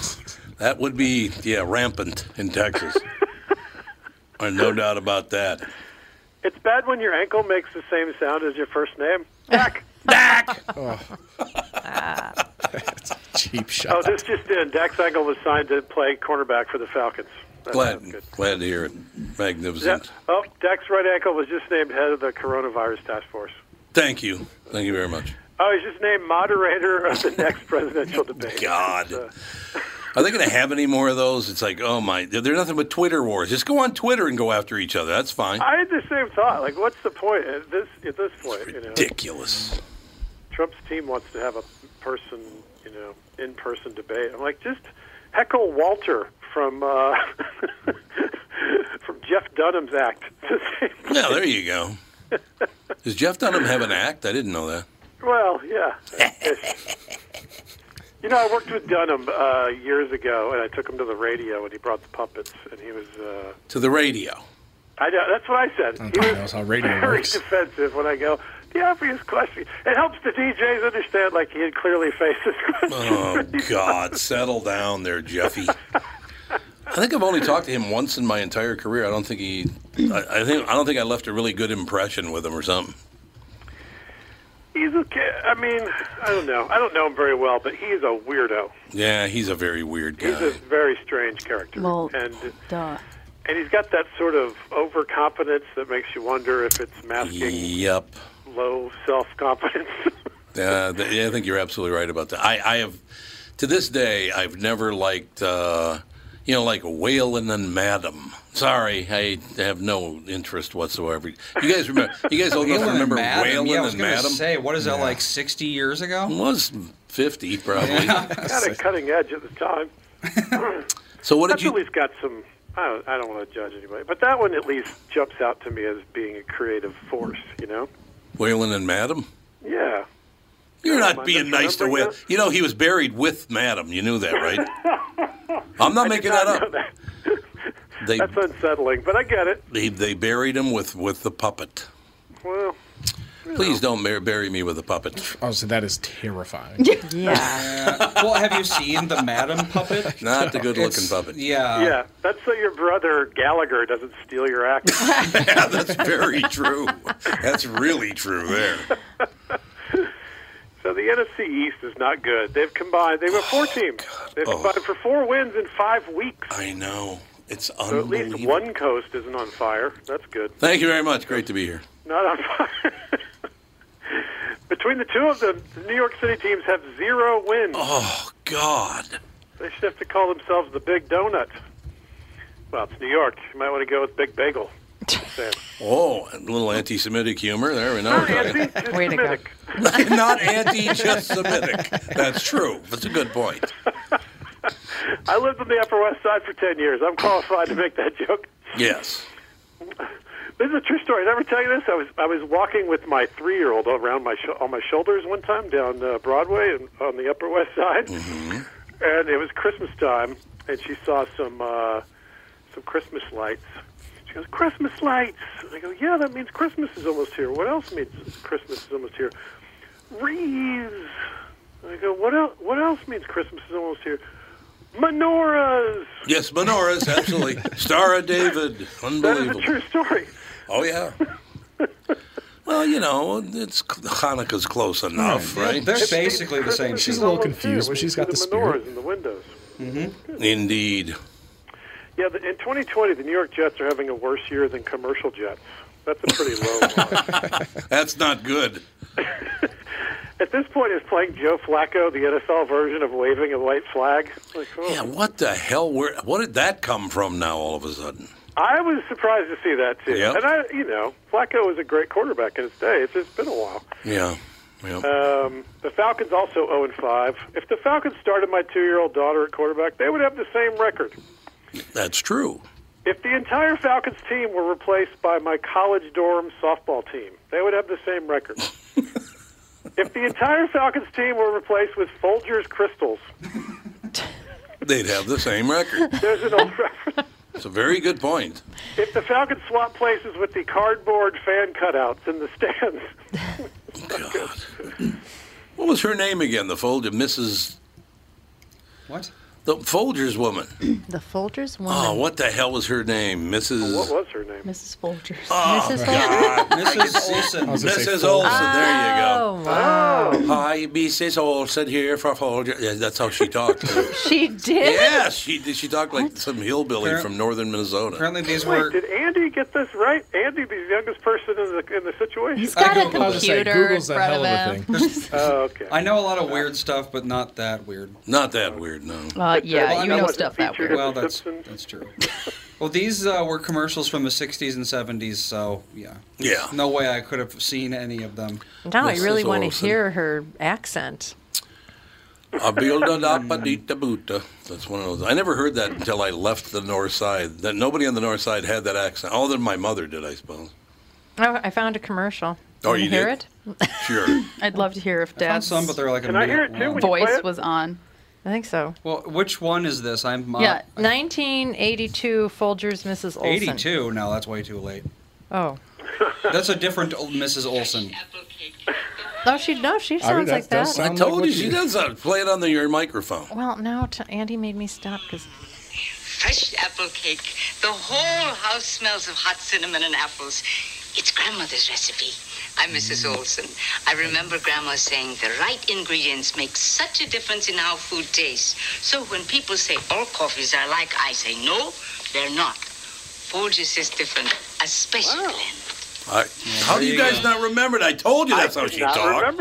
Speaker 1: that would be, yeah, rampant in Texas. Uh, no doubt about that.
Speaker 9: it's bad when your ankle makes the same sound as your first name. Dak.
Speaker 2: Oh. Cheap
Speaker 9: Oh,
Speaker 2: shot.
Speaker 9: this just in: Dak's ankle was signed to play cornerback for the Falcons. That
Speaker 1: Glad,
Speaker 9: sounds good.
Speaker 1: glad to hear it.
Speaker 9: Yeah.
Speaker 1: Magnificent.
Speaker 9: Oh, Dak's right ankle was just named head of the coronavirus task force.
Speaker 1: Thank you. Thank you very much.
Speaker 9: Oh, he's just named moderator of the next presidential debate.
Speaker 1: God.
Speaker 9: Uh,
Speaker 1: Are they going to have any more of those? It's like, oh my, they're, they're nothing but Twitter wars. Just go on Twitter and go after each other. That's fine.
Speaker 9: I had the same thought. Like, what's the point at this at this point? You know,
Speaker 1: Ridiculous.
Speaker 9: Trump's team wants to have a person, you know, in-person debate. I'm like, just heckle Walter from uh, from Jeff Dunham's act.
Speaker 1: Yeah, there you go. Does Jeff Dunham have an act? I didn't know that.
Speaker 9: well, yeah. you know, I worked with Dunham uh, years ago, and I took him to the radio, and he brought the puppets, and he was. Uh,
Speaker 1: To the radio.
Speaker 9: I know. That's what I said. He
Speaker 2: Okay,
Speaker 9: was
Speaker 2: Oh, that's how radio
Speaker 9: very
Speaker 2: works.
Speaker 9: defensive when I go. The obvious question. It helps the DJs understand. Like he had clearly faced this question.
Speaker 1: Oh God, settle down there, Jeffy. I think I've only talked to him once in my entire career. I don't think he. I, I think I don't think I left a really good impression with him or something.
Speaker 9: He's a kid. I mean, I don't know. I don't know him very well, but he's a weirdo.
Speaker 1: Yeah, he's a very weird guy.
Speaker 9: He's a very strange character,
Speaker 3: Well,
Speaker 9: and
Speaker 3: duh.
Speaker 9: and he's got that sort of overconfidence that makes you wonder if it's masking
Speaker 1: Yep.
Speaker 9: low self-confidence.
Speaker 1: Uh, th- yeah, I think you're absolutely right about that. I, I have, to this day, I've never liked, uh, you know, like Whalen and Madam. Sorry, I have no interest whatsoever. You guys remember? You guys old enough to
Speaker 5: Whalen and
Speaker 1: remember
Speaker 5: Madam?
Speaker 1: Whalen
Speaker 5: yeah, I was
Speaker 1: and
Speaker 5: gonna
Speaker 1: Madam?
Speaker 5: say, what is that like? Sixty years ago?
Speaker 1: It was fifty probably.
Speaker 9: Kind of cutting edge at the time.
Speaker 1: So what did
Speaker 9: That's at
Speaker 1: you?
Speaker 9: least got some. I don't, I don't want to judge anybody, but that one at least jumps out to me as being a creative force. You know?
Speaker 1: Whalen and Madam?
Speaker 9: Yeah.
Speaker 1: You're
Speaker 9: Am
Speaker 1: not
Speaker 9: I
Speaker 1: being nice to
Speaker 9: misremembering
Speaker 1: Whalen. You know he was buried with Madam. You knew that, right? I'm not making
Speaker 9: not
Speaker 1: that
Speaker 9: know
Speaker 1: up.
Speaker 9: that.
Speaker 1: They,
Speaker 9: That's unsettling, but I get it.
Speaker 1: they they buried him with with the puppet.
Speaker 9: Well,
Speaker 1: Please don't mar- bury me with a puppet.
Speaker 2: Oh, so that is terrifying.
Speaker 4: Yeah.
Speaker 5: Yeah. well, have you seen the Madam puppet?
Speaker 1: Not the good looking
Speaker 5: It's-
Speaker 1: puppet.
Speaker 5: Yeah.
Speaker 9: yeah, that's so your brother Gallagher doesn't steal your act.
Speaker 1: Yeah, that's very true. That's really true there.
Speaker 9: so the NFC East is not good. They've combined. They were
Speaker 1: Oh,
Speaker 9: four teams. They've combined for four wins in five weeks.
Speaker 1: I know. It's
Speaker 9: So at least
Speaker 1: unbelievable.
Speaker 9: one coast isn't on fire. That's good.
Speaker 1: Thank you very much. Great to be here.
Speaker 9: Not on fire. Between the two of them, the New York City teams have zero wins.
Speaker 1: Oh God.
Speaker 9: They should have to call themselves the Big Donut. Well, it's New York. You might want to go with Big Bagel. Sam.
Speaker 1: Oh, a little anti-Semitic humor there. We know. we're talking-
Speaker 9: Andy, just
Speaker 4: Way to go.
Speaker 9: Semitic.
Speaker 1: Not anti, just Semitic. That's true. That's a good point.
Speaker 9: I lived on the Upper West Side for 10 years. I'm qualified to make that joke.
Speaker 1: Yes.
Speaker 9: This is a true story. Did I ever tell you this? I was I was walking with my three year old around my sh- on my shoulders one time down uh, Broadway and on the Upper West Side,
Speaker 1: Mm-hmm.
Speaker 9: and it was Christmas time, and she saw some uh, some Christmas lights. She goes, "Christmas lights!" And I go, "Yeah, that means Christmas is almost here. What else means Christmas is almost here? Wreaths." And I go, "What else? What else means Christmas is almost here? Menorahs."
Speaker 1: Yes, menorahs, absolutely. Star of David.
Speaker 9: That is a
Speaker 1: Unbelievable.
Speaker 9: true story.
Speaker 1: Oh, yeah. Well, you know, it's Hanukkah's close enough, right?
Speaker 5: They're basically the same.
Speaker 9: She's
Speaker 2: a
Speaker 5: people.
Speaker 2: little confused, but she's got the spirit.
Speaker 9: menorahs in the windows.
Speaker 5: Mm-hmm.
Speaker 1: Mm-hmm. Indeed.
Speaker 9: Yeah, the, in 2020, the New York Jets are having a worse year than commercial jets. That's a pretty low bar.
Speaker 1: That's not good.
Speaker 9: At this point, is playing Joe Flacco the NFL version of waving a white flag? Like, oh.
Speaker 1: Yeah, what the hell? Where? What did that come from now all of a sudden?
Speaker 9: I was surprised to see that too.
Speaker 1: Yep.
Speaker 9: And I, you know, Flacco was a great quarterback in his day. It's just been a while.
Speaker 1: Yeah. yeah.
Speaker 9: Um, the Falcons also 0 and 5. If the Falcons started my two-year-old daughter at quarterback, they would have the same record.
Speaker 1: That's true.
Speaker 9: If the entire Falcons team were replaced by my college dorm softball team, they would have the same record. if the entire Falcons team were replaced with Folgers crystals,
Speaker 1: They'd have the same record.
Speaker 9: there's an old reference.
Speaker 1: It's a very good point.
Speaker 9: If the Falcons swap places with the cardboard fan cutouts in the stands,
Speaker 1: God. What was her name again? The Folger, Mrs.
Speaker 5: What?
Speaker 1: The Folgers woman.
Speaker 4: The Folgers woman.
Speaker 1: Oh, what the hell was her name? Mrs.
Speaker 9: what was her name?
Speaker 3: Mrs. Folgers.
Speaker 1: Oh,
Speaker 4: Mrs. Folgers.
Speaker 5: Mrs. Olson.
Speaker 1: Mrs. Olson. There you go.
Speaker 4: Oh, wow.
Speaker 1: Hi, Mrs. Olson here for Folger. Yeah, that's how she talked.
Speaker 4: She did?
Speaker 1: yes, she she talked like some hillbilly from northern Minnesota.
Speaker 5: Apparently these
Speaker 9: Wait,
Speaker 5: were.
Speaker 9: did Andy get this right? Andy, the youngest person in the in the situation.
Speaker 3: He's got
Speaker 5: I
Speaker 3: a
Speaker 5: Googled it. I was
Speaker 2: gonna say,
Speaker 3: computer in
Speaker 2: Google's a
Speaker 3: front
Speaker 2: hell
Speaker 3: of
Speaker 2: of a
Speaker 3: him.
Speaker 9: Oh, okay.
Speaker 5: I know a lot of weird stuff, but not that weird.
Speaker 1: Not that weird, no.
Speaker 3: Uh,
Speaker 5: Well,
Speaker 3: yeah,
Speaker 5: I
Speaker 3: you
Speaker 5: know
Speaker 3: know
Speaker 5: what
Speaker 3: stuff that
Speaker 9: feature
Speaker 3: weird.
Speaker 5: Well, that's
Speaker 9: Simpsons.
Speaker 5: that's true. Well, these uh, were commercials from the '60s and '70s, so yeah,
Speaker 1: Yeah.
Speaker 5: no way I could have seen any of them.
Speaker 4: Now I
Speaker 1: Mrs.
Speaker 4: really want to
Speaker 1: Olsen.
Speaker 4: hear her accent.
Speaker 1: A builda da padita buta. That's one of those. I never heard that until I left the north side. That nobody on the north side had that accent. Other than my mother did, I suppose.
Speaker 4: Oh, I found a commercial.
Speaker 1: Oh,
Speaker 4: Wanna
Speaker 1: you
Speaker 4: hear
Speaker 1: did?
Speaker 4: it?
Speaker 1: Sure.
Speaker 3: I'd love to hear if
Speaker 5: Found
Speaker 3: Dad's
Speaker 5: some, but they're like a
Speaker 9: Can I hear
Speaker 5: minute
Speaker 9: it too
Speaker 5: long.
Speaker 9: when you- Play
Speaker 3: voice
Speaker 9: it?
Speaker 3: was on.
Speaker 4: I think so.
Speaker 5: Well, which one is this? I'm uh,
Speaker 3: Yeah.
Speaker 4: 1982 Folgers Mrs. Olson.
Speaker 5: 82. No, that's way too late.
Speaker 4: Oh.
Speaker 5: That's a different old Mrs. Olson.
Speaker 4: Oh, she no, she
Speaker 2: I mean,
Speaker 4: sounds
Speaker 2: that
Speaker 4: like that.
Speaker 2: does sound
Speaker 1: I
Speaker 2: like
Speaker 1: told
Speaker 2: what
Speaker 1: you she does that. Play it on the, your microphone.
Speaker 4: Well, now t- Andy made me stop because
Speaker 10: fresh apple cake. The whole house smells of hot cinnamon and apples. It's grandmother's recipe. I'm Mrs.
Speaker 9: Mm.
Speaker 10: Olson. I remember Grandma saying the right ingredients make such a difference in how food tastes. So when people say all coffees are like, I say no, they're not. Folgers is different, a special blend.
Speaker 1: I, how do you guys not remember that? I told you that's how she talked.
Speaker 9: that. I'm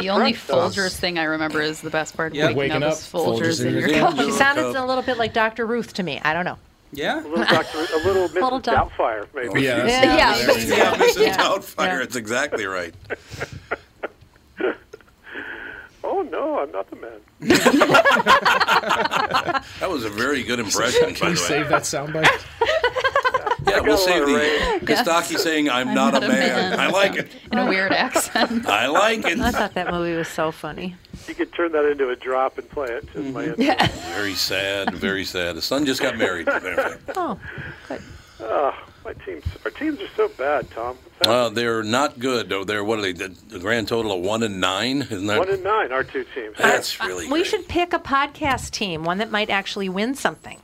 Speaker 3: the only Folgers thing I remember is the best part. of
Speaker 1: Yep.
Speaker 3: Waking,
Speaker 1: Waking
Speaker 3: up,
Speaker 1: up,
Speaker 3: is Folgers, in your
Speaker 1: cup.
Speaker 4: She sounded a little bit like Dr. Ruth to me. I don't know.
Speaker 5: Yeah.
Speaker 9: A little, doctor, a little Mrs.
Speaker 4: Little doc-
Speaker 9: Doubtfire, maybe.
Speaker 4: Yeah. Yeah. Yeah.
Speaker 1: Mrs. Yeah, Mrs.
Speaker 4: Yeah.
Speaker 1: Doubtfire. That's exactly right.
Speaker 9: Oh, no, I'm not the man.
Speaker 1: That was a very good impression, by
Speaker 2: Can
Speaker 1: the
Speaker 2: you
Speaker 1: way.
Speaker 2: save that soundbite?
Speaker 1: yeah, we'll save
Speaker 9: rage.
Speaker 1: the Kostaki saying, I'm, not, a man. I like it.
Speaker 3: in a weird accent.
Speaker 1: I like it.
Speaker 4: I thought that movie was so funny.
Speaker 9: You could turn that into a drop and play it. Just my intro.
Speaker 1: Very sad, very sad. The son just got married. as a matter of fact.
Speaker 4: Oh, good.
Speaker 9: My teams, our teams are so bad, Tom. What's
Speaker 1: Uh, they're not good. though. They're what are they? The the grand total of one and nine, isn't
Speaker 9: happening?
Speaker 1: that?
Speaker 9: One and nine, our two teams.
Speaker 1: That's really.
Speaker 4: We
Speaker 1: great.
Speaker 4: should pick a podcast team, one that might actually win something.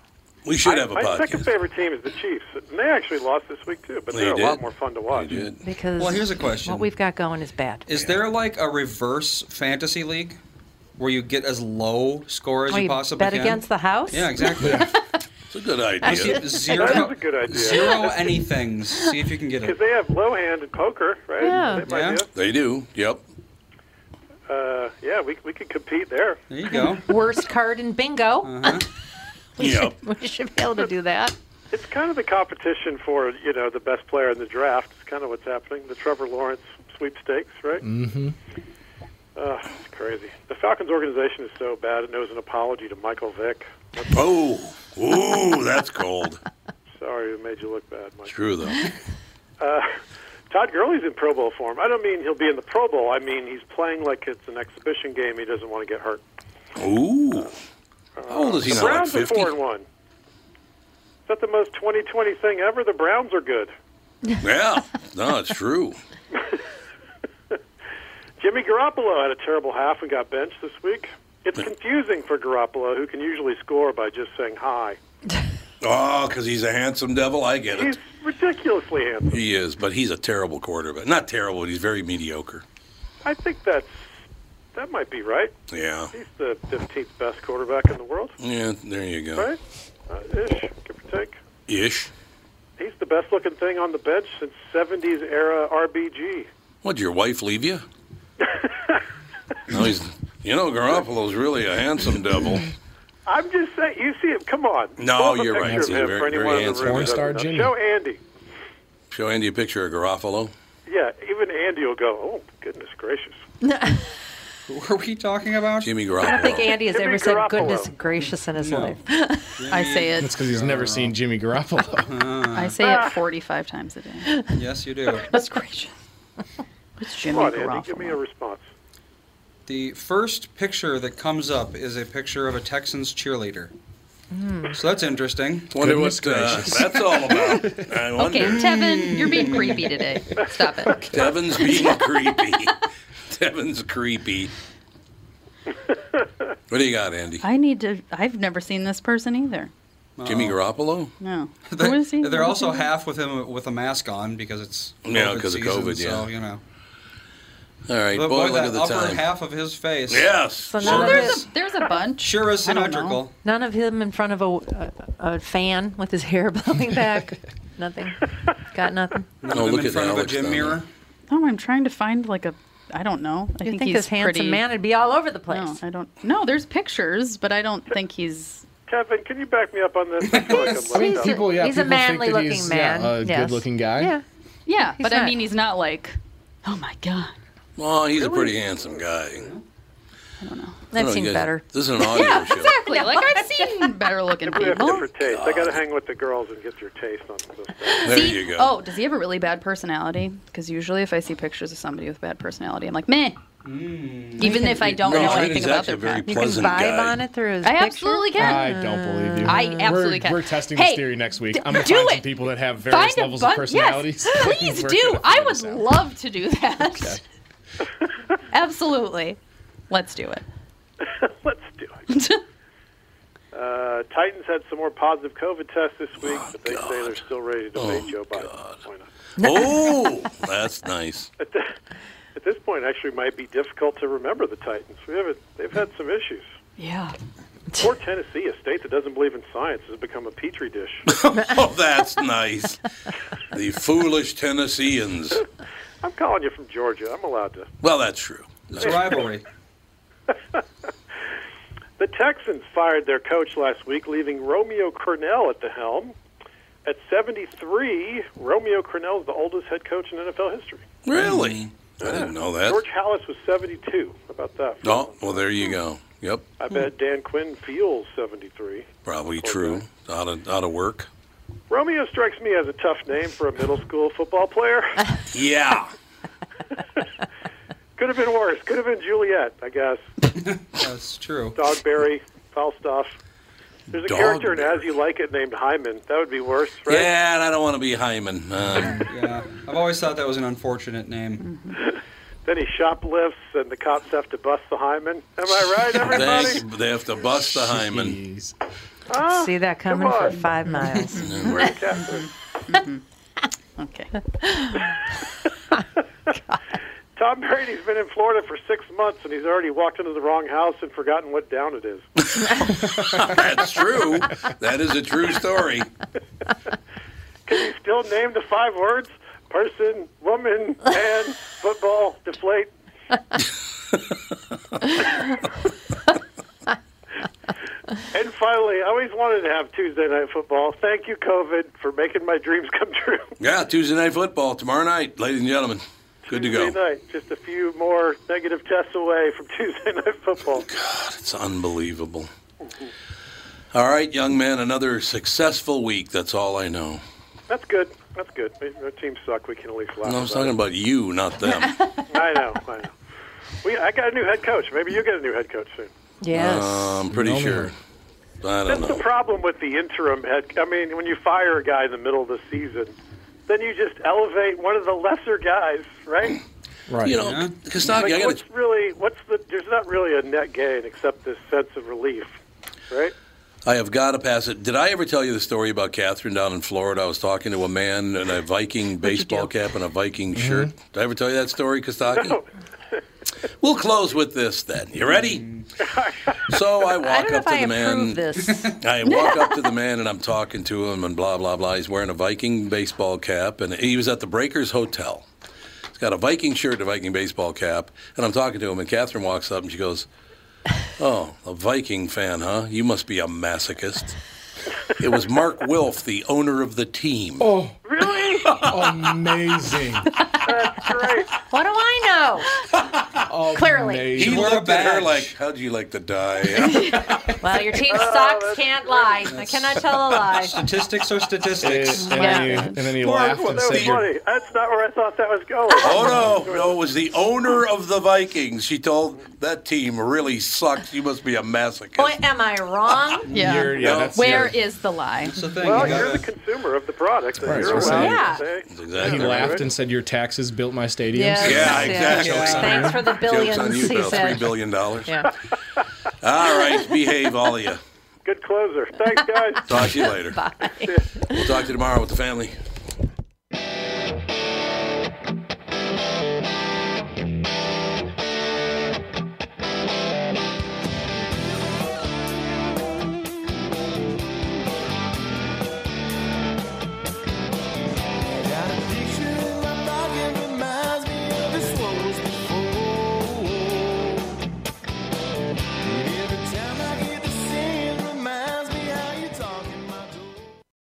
Speaker 1: We should have a
Speaker 9: my second
Speaker 1: podcast.
Speaker 9: favorite team is the Chiefs, and they actually lost this week too. But
Speaker 1: They
Speaker 9: they're a lot
Speaker 1: did.
Speaker 9: more fun to watch.
Speaker 1: We did.
Speaker 4: Because
Speaker 5: Well, here's a question.
Speaker 4: what we've got going is bad.
Speaker 5: Is there like a reverse fantasy league where you get as low score as
Speaker 4: Oh,
Speaker 5: you
Speaker 4: you
Speaker 5: possibly
Speaker 4: bet
Speaker 5: can?
Speaker 4: against the house?
Speaker 5: Yeah, exactly.
Speaker 1: It's a good
Speaker 5: See-
Speaker 1: idea.
Speaker 5: zero,
Speaker 9: That is a good idea.
Speaker 5: Zero anythings. See if you can get
Speaker 9: Because
Speaker 5: it.
Speaker 9: they have low hand in poker, right?
Speaker 4: Yeah.
Speaker 9: They might
Speaker 5: Yeah.
Speaker 9: do.
Speaker 1: They do. Yep.
Speaker 9: Uh, yeah, we we could compete there.
Speaker 5: There you go.
Speaker 4: Worst card in bingo.
Speaker 5: Uh.
Speaker 1: Yep.
Speaker 4: We should be able to do that.
Speaker 9: It's kind of the competition for you know the best player in the draft. It's kind of what's happening. The Trevor Lawrence sweepstakes, right? Mm-hmm. Uh, it's crazy. The Falcons organization is so bad it knows an apology to Michael Vick.
Speaker 1: Oh, ooh, that's cold.
Speaker 9: Sorry, we made you look bad, Mike.
Speaker 1: True though.
Speaker 9: Todd Gurley's in Pro Bowl form. I don't mean he'll be in the Pro Bowl. I mean he's playing like it's an exhibition game. He doesn't want to get hurt.
Speaker 1: Ooh. How old is he
Speaker 9: The
Speaker 1: now? Like
Speaker 9: Browns are
Speaker 1: 50?
Speaker 9: four and one. Is that the most 2020 thing ever? The Browns are good.
Speaker 1: Yeah. No, it's true.
Speaker 9: Jimmy Garoppolo had a terrible half and got benched this week. It's confusing for Garoppolo, who can usually score by just saying hi.
Speaker 1: Oh, because he's a handsome devil. I get
Speaker 9: He's
Speaker 1: it.
Speaker 9: ridiculously handsome.
Speaker 1: He is, but he's a terrible quarterback. Not terrible, but he's very mediocre.
Speaker 9: I think that's that might be right.
Speaker 1: Yeah.
Speaker 9: He's the 15th best quarterback in the world,
Speaker 1: Yeah. There you go.
Speaker 9: right? Uh, ish, give or take.
Speaker 1: Ish.
Speaker 9: He's the best looking thing on the bench since 70s era RBG.
Speaker 1: What, did your wife leave you? no, he's. You know, Garoppolo's really a handsome devil.
Speaker 9: I'm just saying, you see him. Come on.
Speaker 1: No,
Speaker 9: Pull up a
Speaker 1: you're right.
Speaker 9: picture
Speaker 1: He's
Speaker 9: Of him
Speaker 1: very-
Speaker 9: for anyone in
Speaker 1: very
Speaker 9: the
Speaker 1: handsome.
Speaker 9: room
Speaker 2: Porn
Speaker 9: who doesn't
Speaker 2: star
Speaker 9: know.
Speaker 2: Jimmy.
Speaker 9: Show Andy.
Speaker 1: Show Andy a picture of Garofalo.
Speaker 9: Yeah, even Andy will go. Oh, goodness gracious.
Speaker 5: Who are we talking about?
Speaker 1: Jimmy
Speaker 4: I don't think
Speaker 1: Garofalo.
Speaker 4: Andy has
Speaker 9: Jimmy
Speaker 4: ever said
Speaker 9: Garoppolo.
Speaker 4: goodness gracious in his
Speaker 5: No.
Speaker 4: life.
Speaker 3: I say
Speaker 2: That's
Speaker 3: it.
Speaker 2: because he's never seen Jimmy Garoppolo.
Speaker 3: I say it 45 times a day.
Speaker 5: Yes, you do.
Speaker 3: That's gracious. It's Jimmy
Speaker 9: Come on, Andy, give me a
Speaker 3: Garoppolo.
Speaker 9: response.
Speaker 5: The first picture that comes up is a picture of a Texans cheerleader.
Speaker 3: Hmm.
Speaker 5: So that's interesting.
Speaker 1: Wonder
Speaker 2: Goodness
Speaker 1: what uh,
Speaker 2: gracious.
Speaker 1: that's all about. I wonder.
Speaker 3: Okay, Tevin, you're being creepy today. Stop it.
Speaker 1: Devin's being creepy. Devin's creepy. What do you got, Andy?
Speaker 3: I need to. I've never seen this person either.
Speaker 1: Jimmy Garoppolo?
Speaker 3: No. Who
Speaker 5: They're,
Speaker 3: is he?
Speaker 5: they're
Speaker 3: What
Speaker 5: also
Speaker 3: is he?
Speaker 5: half with him with a mask on because it's
Speaker 1: Yeah,
Speaker 5: COVID
Speaker 1: 'cause of
Speaker 5: season,
Speaker 1: COVID, yeah.
Speaker 5: So you know,
Speaker 1: All right,
Speaker 5: but
Speaker 1: boy, look
Speaker 5: boy, that
Speaker 1: at the
Speaker 5: upper
Speaker 1: time.
Speaker 5: half of his face,
Speaker 1: Yes.
Speaker 4: none
Speaker 1: sure is.
Speaker 4: of this-
Speaker 3: There's a, there's a bunch.
Speaker 5: sure is
Speaker 3: I don't know.
Speaker 5: symmetrical.
Speaker 4: None of him in front of a, a, a fan with his hair blowing back. nothing. Got nothing.
Speaker 5: None
Speaker 1: Oh,
Speaker 5: of them
Speaker 1: look
Speaker 5: in
Speaker 1: at
Speaker 5: front of a
Speaker 1: Alex
Speaker 5: gym
Speaker 1: down there.
Speaker 5: mirror.
Speaker 3: No, Oh, I'm trying to find like a. I don't know. I
Speaker 4: You
Speaker 3: think,
Speaker 4: think,
Speaker 3: he's
Speaker 4: this handsome
Speaker 3: pretty,
Speaker 4: man would be all over the place?
Speaker 3: No, I don't. No, there's pictures, but I don't think he's.
Speaker 9: Kevin, can you back me up on this? I feel like I'm letting
Speaker 4: He's-
Speaker 9: down.
Speaker 2: People, yeah,
Speaker 4: he's a
Speaker 2: people think
Speaker 4: manly
Speaker 2: that
Speaker 4: looking
Speaker 2: he's,
Speaker 4: man.
Speaker 2: Yeah, a
Speaker 4: yes.
Speaker 2: good-looking guy.
Speaker 4: Yeah.
Speaker 3: Yeah, but I
Speaker 4: not.
Speaker 3: mean, he's not like. Oh my god.
Speaker 1: Oh, he's a pretty handsome guy. I don't
Speaker 4: I've
Speaker 1: know,
Speaker 4: seen
Speaker 1: you guys-
Speaker 4: better.
Speaker 1: This is an audio show.
Speaker 3: Exactly. Like I've seen better looking
Speaker 9: We have
Speaker 3: people.
Speaker 9: different tastes. I got to hang with the girls and get your taste on this stuff.
Speaker 1: There
Speaker 3: See-
Speaker 1: you go.
Speaker 3: Oh, does he have a really bad personality? Because usually, if I see pictures of somebody with bad personality, I'm like, meh. Even if I don't
Speaker 1: No,
Speaker 3: know
Speaker 1: Hayden's
Speaker 3: anything about
Speaker 1: actually
Speaker 3: their
Speaker 1: a very
Speaker 3: past.
Speaker 4: You can
Speaker 1: pleasant
Speaker 4: vibe
Speaker 1: guy.
Speaker 4: on it through his
Speaker 3: I
Speaker 4: picture.
Speaker 3: absolutely can.
Speaker 2: I don't believe you.
Speaker 3: I absolutely
Speaker 2: we're,
Speaker 3: can.
Speaker 2: We're testing
Speaker 3: Hey,
Speaker 2: this theory next week.
Speaker 3: d-
Speaker 2: I'm gonna
Speaker 3: do
Speaker 2: find some
Speaker 3: it.
Speaker 2: people that have
Speaker 3: Find
Speaker 2: various
Speaker 3: a
Speaker 2: levels
Speaker 3: bun-
Speaker 2: of personalities.
Speaker 3: Yes, please
Speaker 2: We're
Speaker 3: do.
Speaker 2: gonna
Speaker 3: I
Speaker 2: figure
Speaker 3: would
Speaker 2: this out.
Speaker 3: love to do that. Absolutely. Let's do it.
Speaker 9: Let's do it. Uh, Titans had some more positive COVID tests this week, but they say they're still ready to debate Joe Biden. Why not?
Speaker 1: Oh, that's nice.
Speaker 9: At, the, at this point, actually, might be difficult to remember the Titans. We haven't, they've had some issues.
Speaker 3: Yeah.
Speaker 9: Poor Tennessee, a state that doesn't believe in science, has become a petri dish.
Speaker 1: Oh, that's nice. The foolish Tennesseans.
Speaker 9: I'm calling you from Georgia. I'm allowed to.
Speaker 1: Well, that's true.
Speaker 5: It's a rivalry.
Speaker 9: The Texans fired their coach last week, leaving Romeo Cornell at the helm. At 73, Romeo Cornell is the oldest head coach in NFL history.
Speaker 1: Really? I didn't know that.
Speaker 9: George Hallis was 72. How about that?
Speaker 1: Oh, well, there you go. Yep,
Speaker 9: I bet Dan Quinn feels 73.
Speaker 1: probably true. Out of out of work.
Speaker 9: Romeo strikes me as a tough name for a middle school football player.
Speaker 1: Yeah.
Speaker 9: Could have been worse. Could have been Juliet, I guess.
Speaker 5: That's true.
Speaker 9: Dogberry, Falstaff. There's a character in
Speaker 1: Dogberry.
Speaker 9: As You Like It named Hyman. That would be worse, right?
Speaker 1: Yeah, and I don't want to be Hyman. Um,
Speaker 5: Yeah. I've always thought that was an unfortunate name.
Speaker 9: Then he shoplifts, and the cops have to bust the Hyman. Am I right, everybody?
Speaker 1: thanks. They have to bust the Hyman.
Speaker 2: Jeez.
Speaker 9: Huh?
Speaker 4: See that
Speaker 9: Come
Speaker 4: coming for
Speaker 9: on.
Speaker 4: five miles.
Speaker 1: And we're-
Speaker 9: Catherine.
Speaker 3: Okay.
Speaker 9: Tom Brady's been in Florida for six months, and he's already walked into the wrong house and forgotten what down it is.
Speaker 1: That's true. That is a true story.
Speaker 9: Can you still name the five words? Person, woman, man, football, deflate. and finally, I always wanted to have Tuesday night football. Thank you, COVID, for making my dreams come true.
Speaker 1: Yeah, Tuesday night football tomorrow night, ladies and gentlemen. Good to
Speaker 9: Tuesday
Speaker 1: go.
Speaker 9: night, just a few more negative tests away from Tuesday night football.
Speaker 1: It's unbelievable. All right, young man, another successful week. That's all I know.
Speaker 9: That's good. That's good. Our teams suck. We can at least laugh.
Speaker 1: No, I was
Speaker 9: about it.
Speaker 1: talking about you, not them.
Speaker 9: I know. I know. We, I got a new head coach. Maybe you get a new head coach soon.
Speaker 4: Yes.
Speaker 1: Uh, I'm pretty sure. I don't
Speaker 9: That's the
Speaker 1: know.
Speaker 9: problem with the interim head. I mean, when you fire a guy in the middle of the season, then you just elevate one of the lesser guys, right?
Speaker 2: Right.
Speaker 1: You know,
Speaker 5: Yeah.
Speaker 1: Kostaki, I
Speaker 9: like,
Speaker 1: got
Speaker 9: what's really what's the? There's not really a net gain except this sense of relief, right?
Speaker 1: I have got to pass it. Did I ever tell you the story about Catherine down in Florida? I was talking to a man in a Viking baseball cap and a Viking
Speaker 4: Mm-hmm.
Speaker 1: shirt. Did I ever tell you that story, Kostaki?
Speaker 9: No.
Speaker 1: We'll close with this then. You ready? so I
Speaker 4: I
Speaker 1: walk
Speaker 4: don't know
Speaker 1: up
Speaker 4: if
Speaker 1: to
Speaker 4: I
Speaker 1: the
Speaker 4: approve
Speaker 1: man.
Speaker 4: this.
Speaker 1: I walk up to the man and I'm talking to him and blah blah blah. He's wearing a Viking baseball cap and he was at the Breakers Hotel. He's got a Viking shirt, and a Viking baseball cap, and I'm talking to him and Catherine walks up and she goes, "Oh, a Viking fan, huh? You must be a masochist." It was Mark Wilf, the owner of the team.
Speaker 2: Oh,
Speaker 9: Really?
Speaker 2: amazing.
Speaker 9: That's great.
Speaker 4: What do I
Speaker 2: Oh,
Speaker 4: Clearly.
Speaker 1: he
Speaker 2: Amazing.
Speaker 5: wore a
Speaker 1: looked at her
Speaker 5: badge.
Speaker 1: like, "How'd you like to die?"
Speaker 4: know? Well, your team sucks.
Speaker 9: that's
Speaker 4: Can't lie. I cannot tell a lie.
Speaker 5: Statistics are statistics.
Speaker 2: And, and then you, and then you laughed
Speaker 9: Well,
Speaker 2: and
Speaker 9: that was
Speaker 2: said, you're-
Speaker 9: funny. That's not where I thought that was going.
Speaker 1: Oh no, no, it was the owner of the Vikings. She told that team really sucks. You must be a masochist.
Speaker 4: Boy, am I wrong?
Speaker 3: Yeah.
Speaker 2: you're- yeah,
Speaker 1: No.
Speaker 2: that's
Speaker 3: Where
Speaker 2: your-
Speaker 3: is the lie?
Speaker 5: That's the thing.
Speaker 9: Well,
Speaker 5: you
Speaker 9: you're the
Speaker 5: gotta,
Speaker 9: consumer of the product.
Speaker 2: Right,
Speaker 9: you're
Speaker 2: so
Speaker 9: allowed to
Speaker 4: yeah.
Speaker 9: say-
Speaker 1: That's exactly
Speaker 2: He
Speaker 1: right.
Speaker 2: laughed and said, "Your taxes built my stadium."
Speaker 1: Yeah,
Speaker 4: Yes, yes,
Speaker 1: exactly.
Speaker 4: yes.
Speaker 5: Yeah.
Speaker 4: Thanks for the
Speaker 1: Jokes on
Speaker 4: billions,
Speaker 1: you,
Speaker 4: he
Speaker 1: Bill. Three
Speaker 4: said.
Speaker 1: billion dollars.
Speaker 4: Yeah.
Speaker 1: All right, behave, all of you.
Speaker 9: Good closer. Thanks, guys.
Speaker 1: Talk to you later. We'll talk to you tomorrow with the family.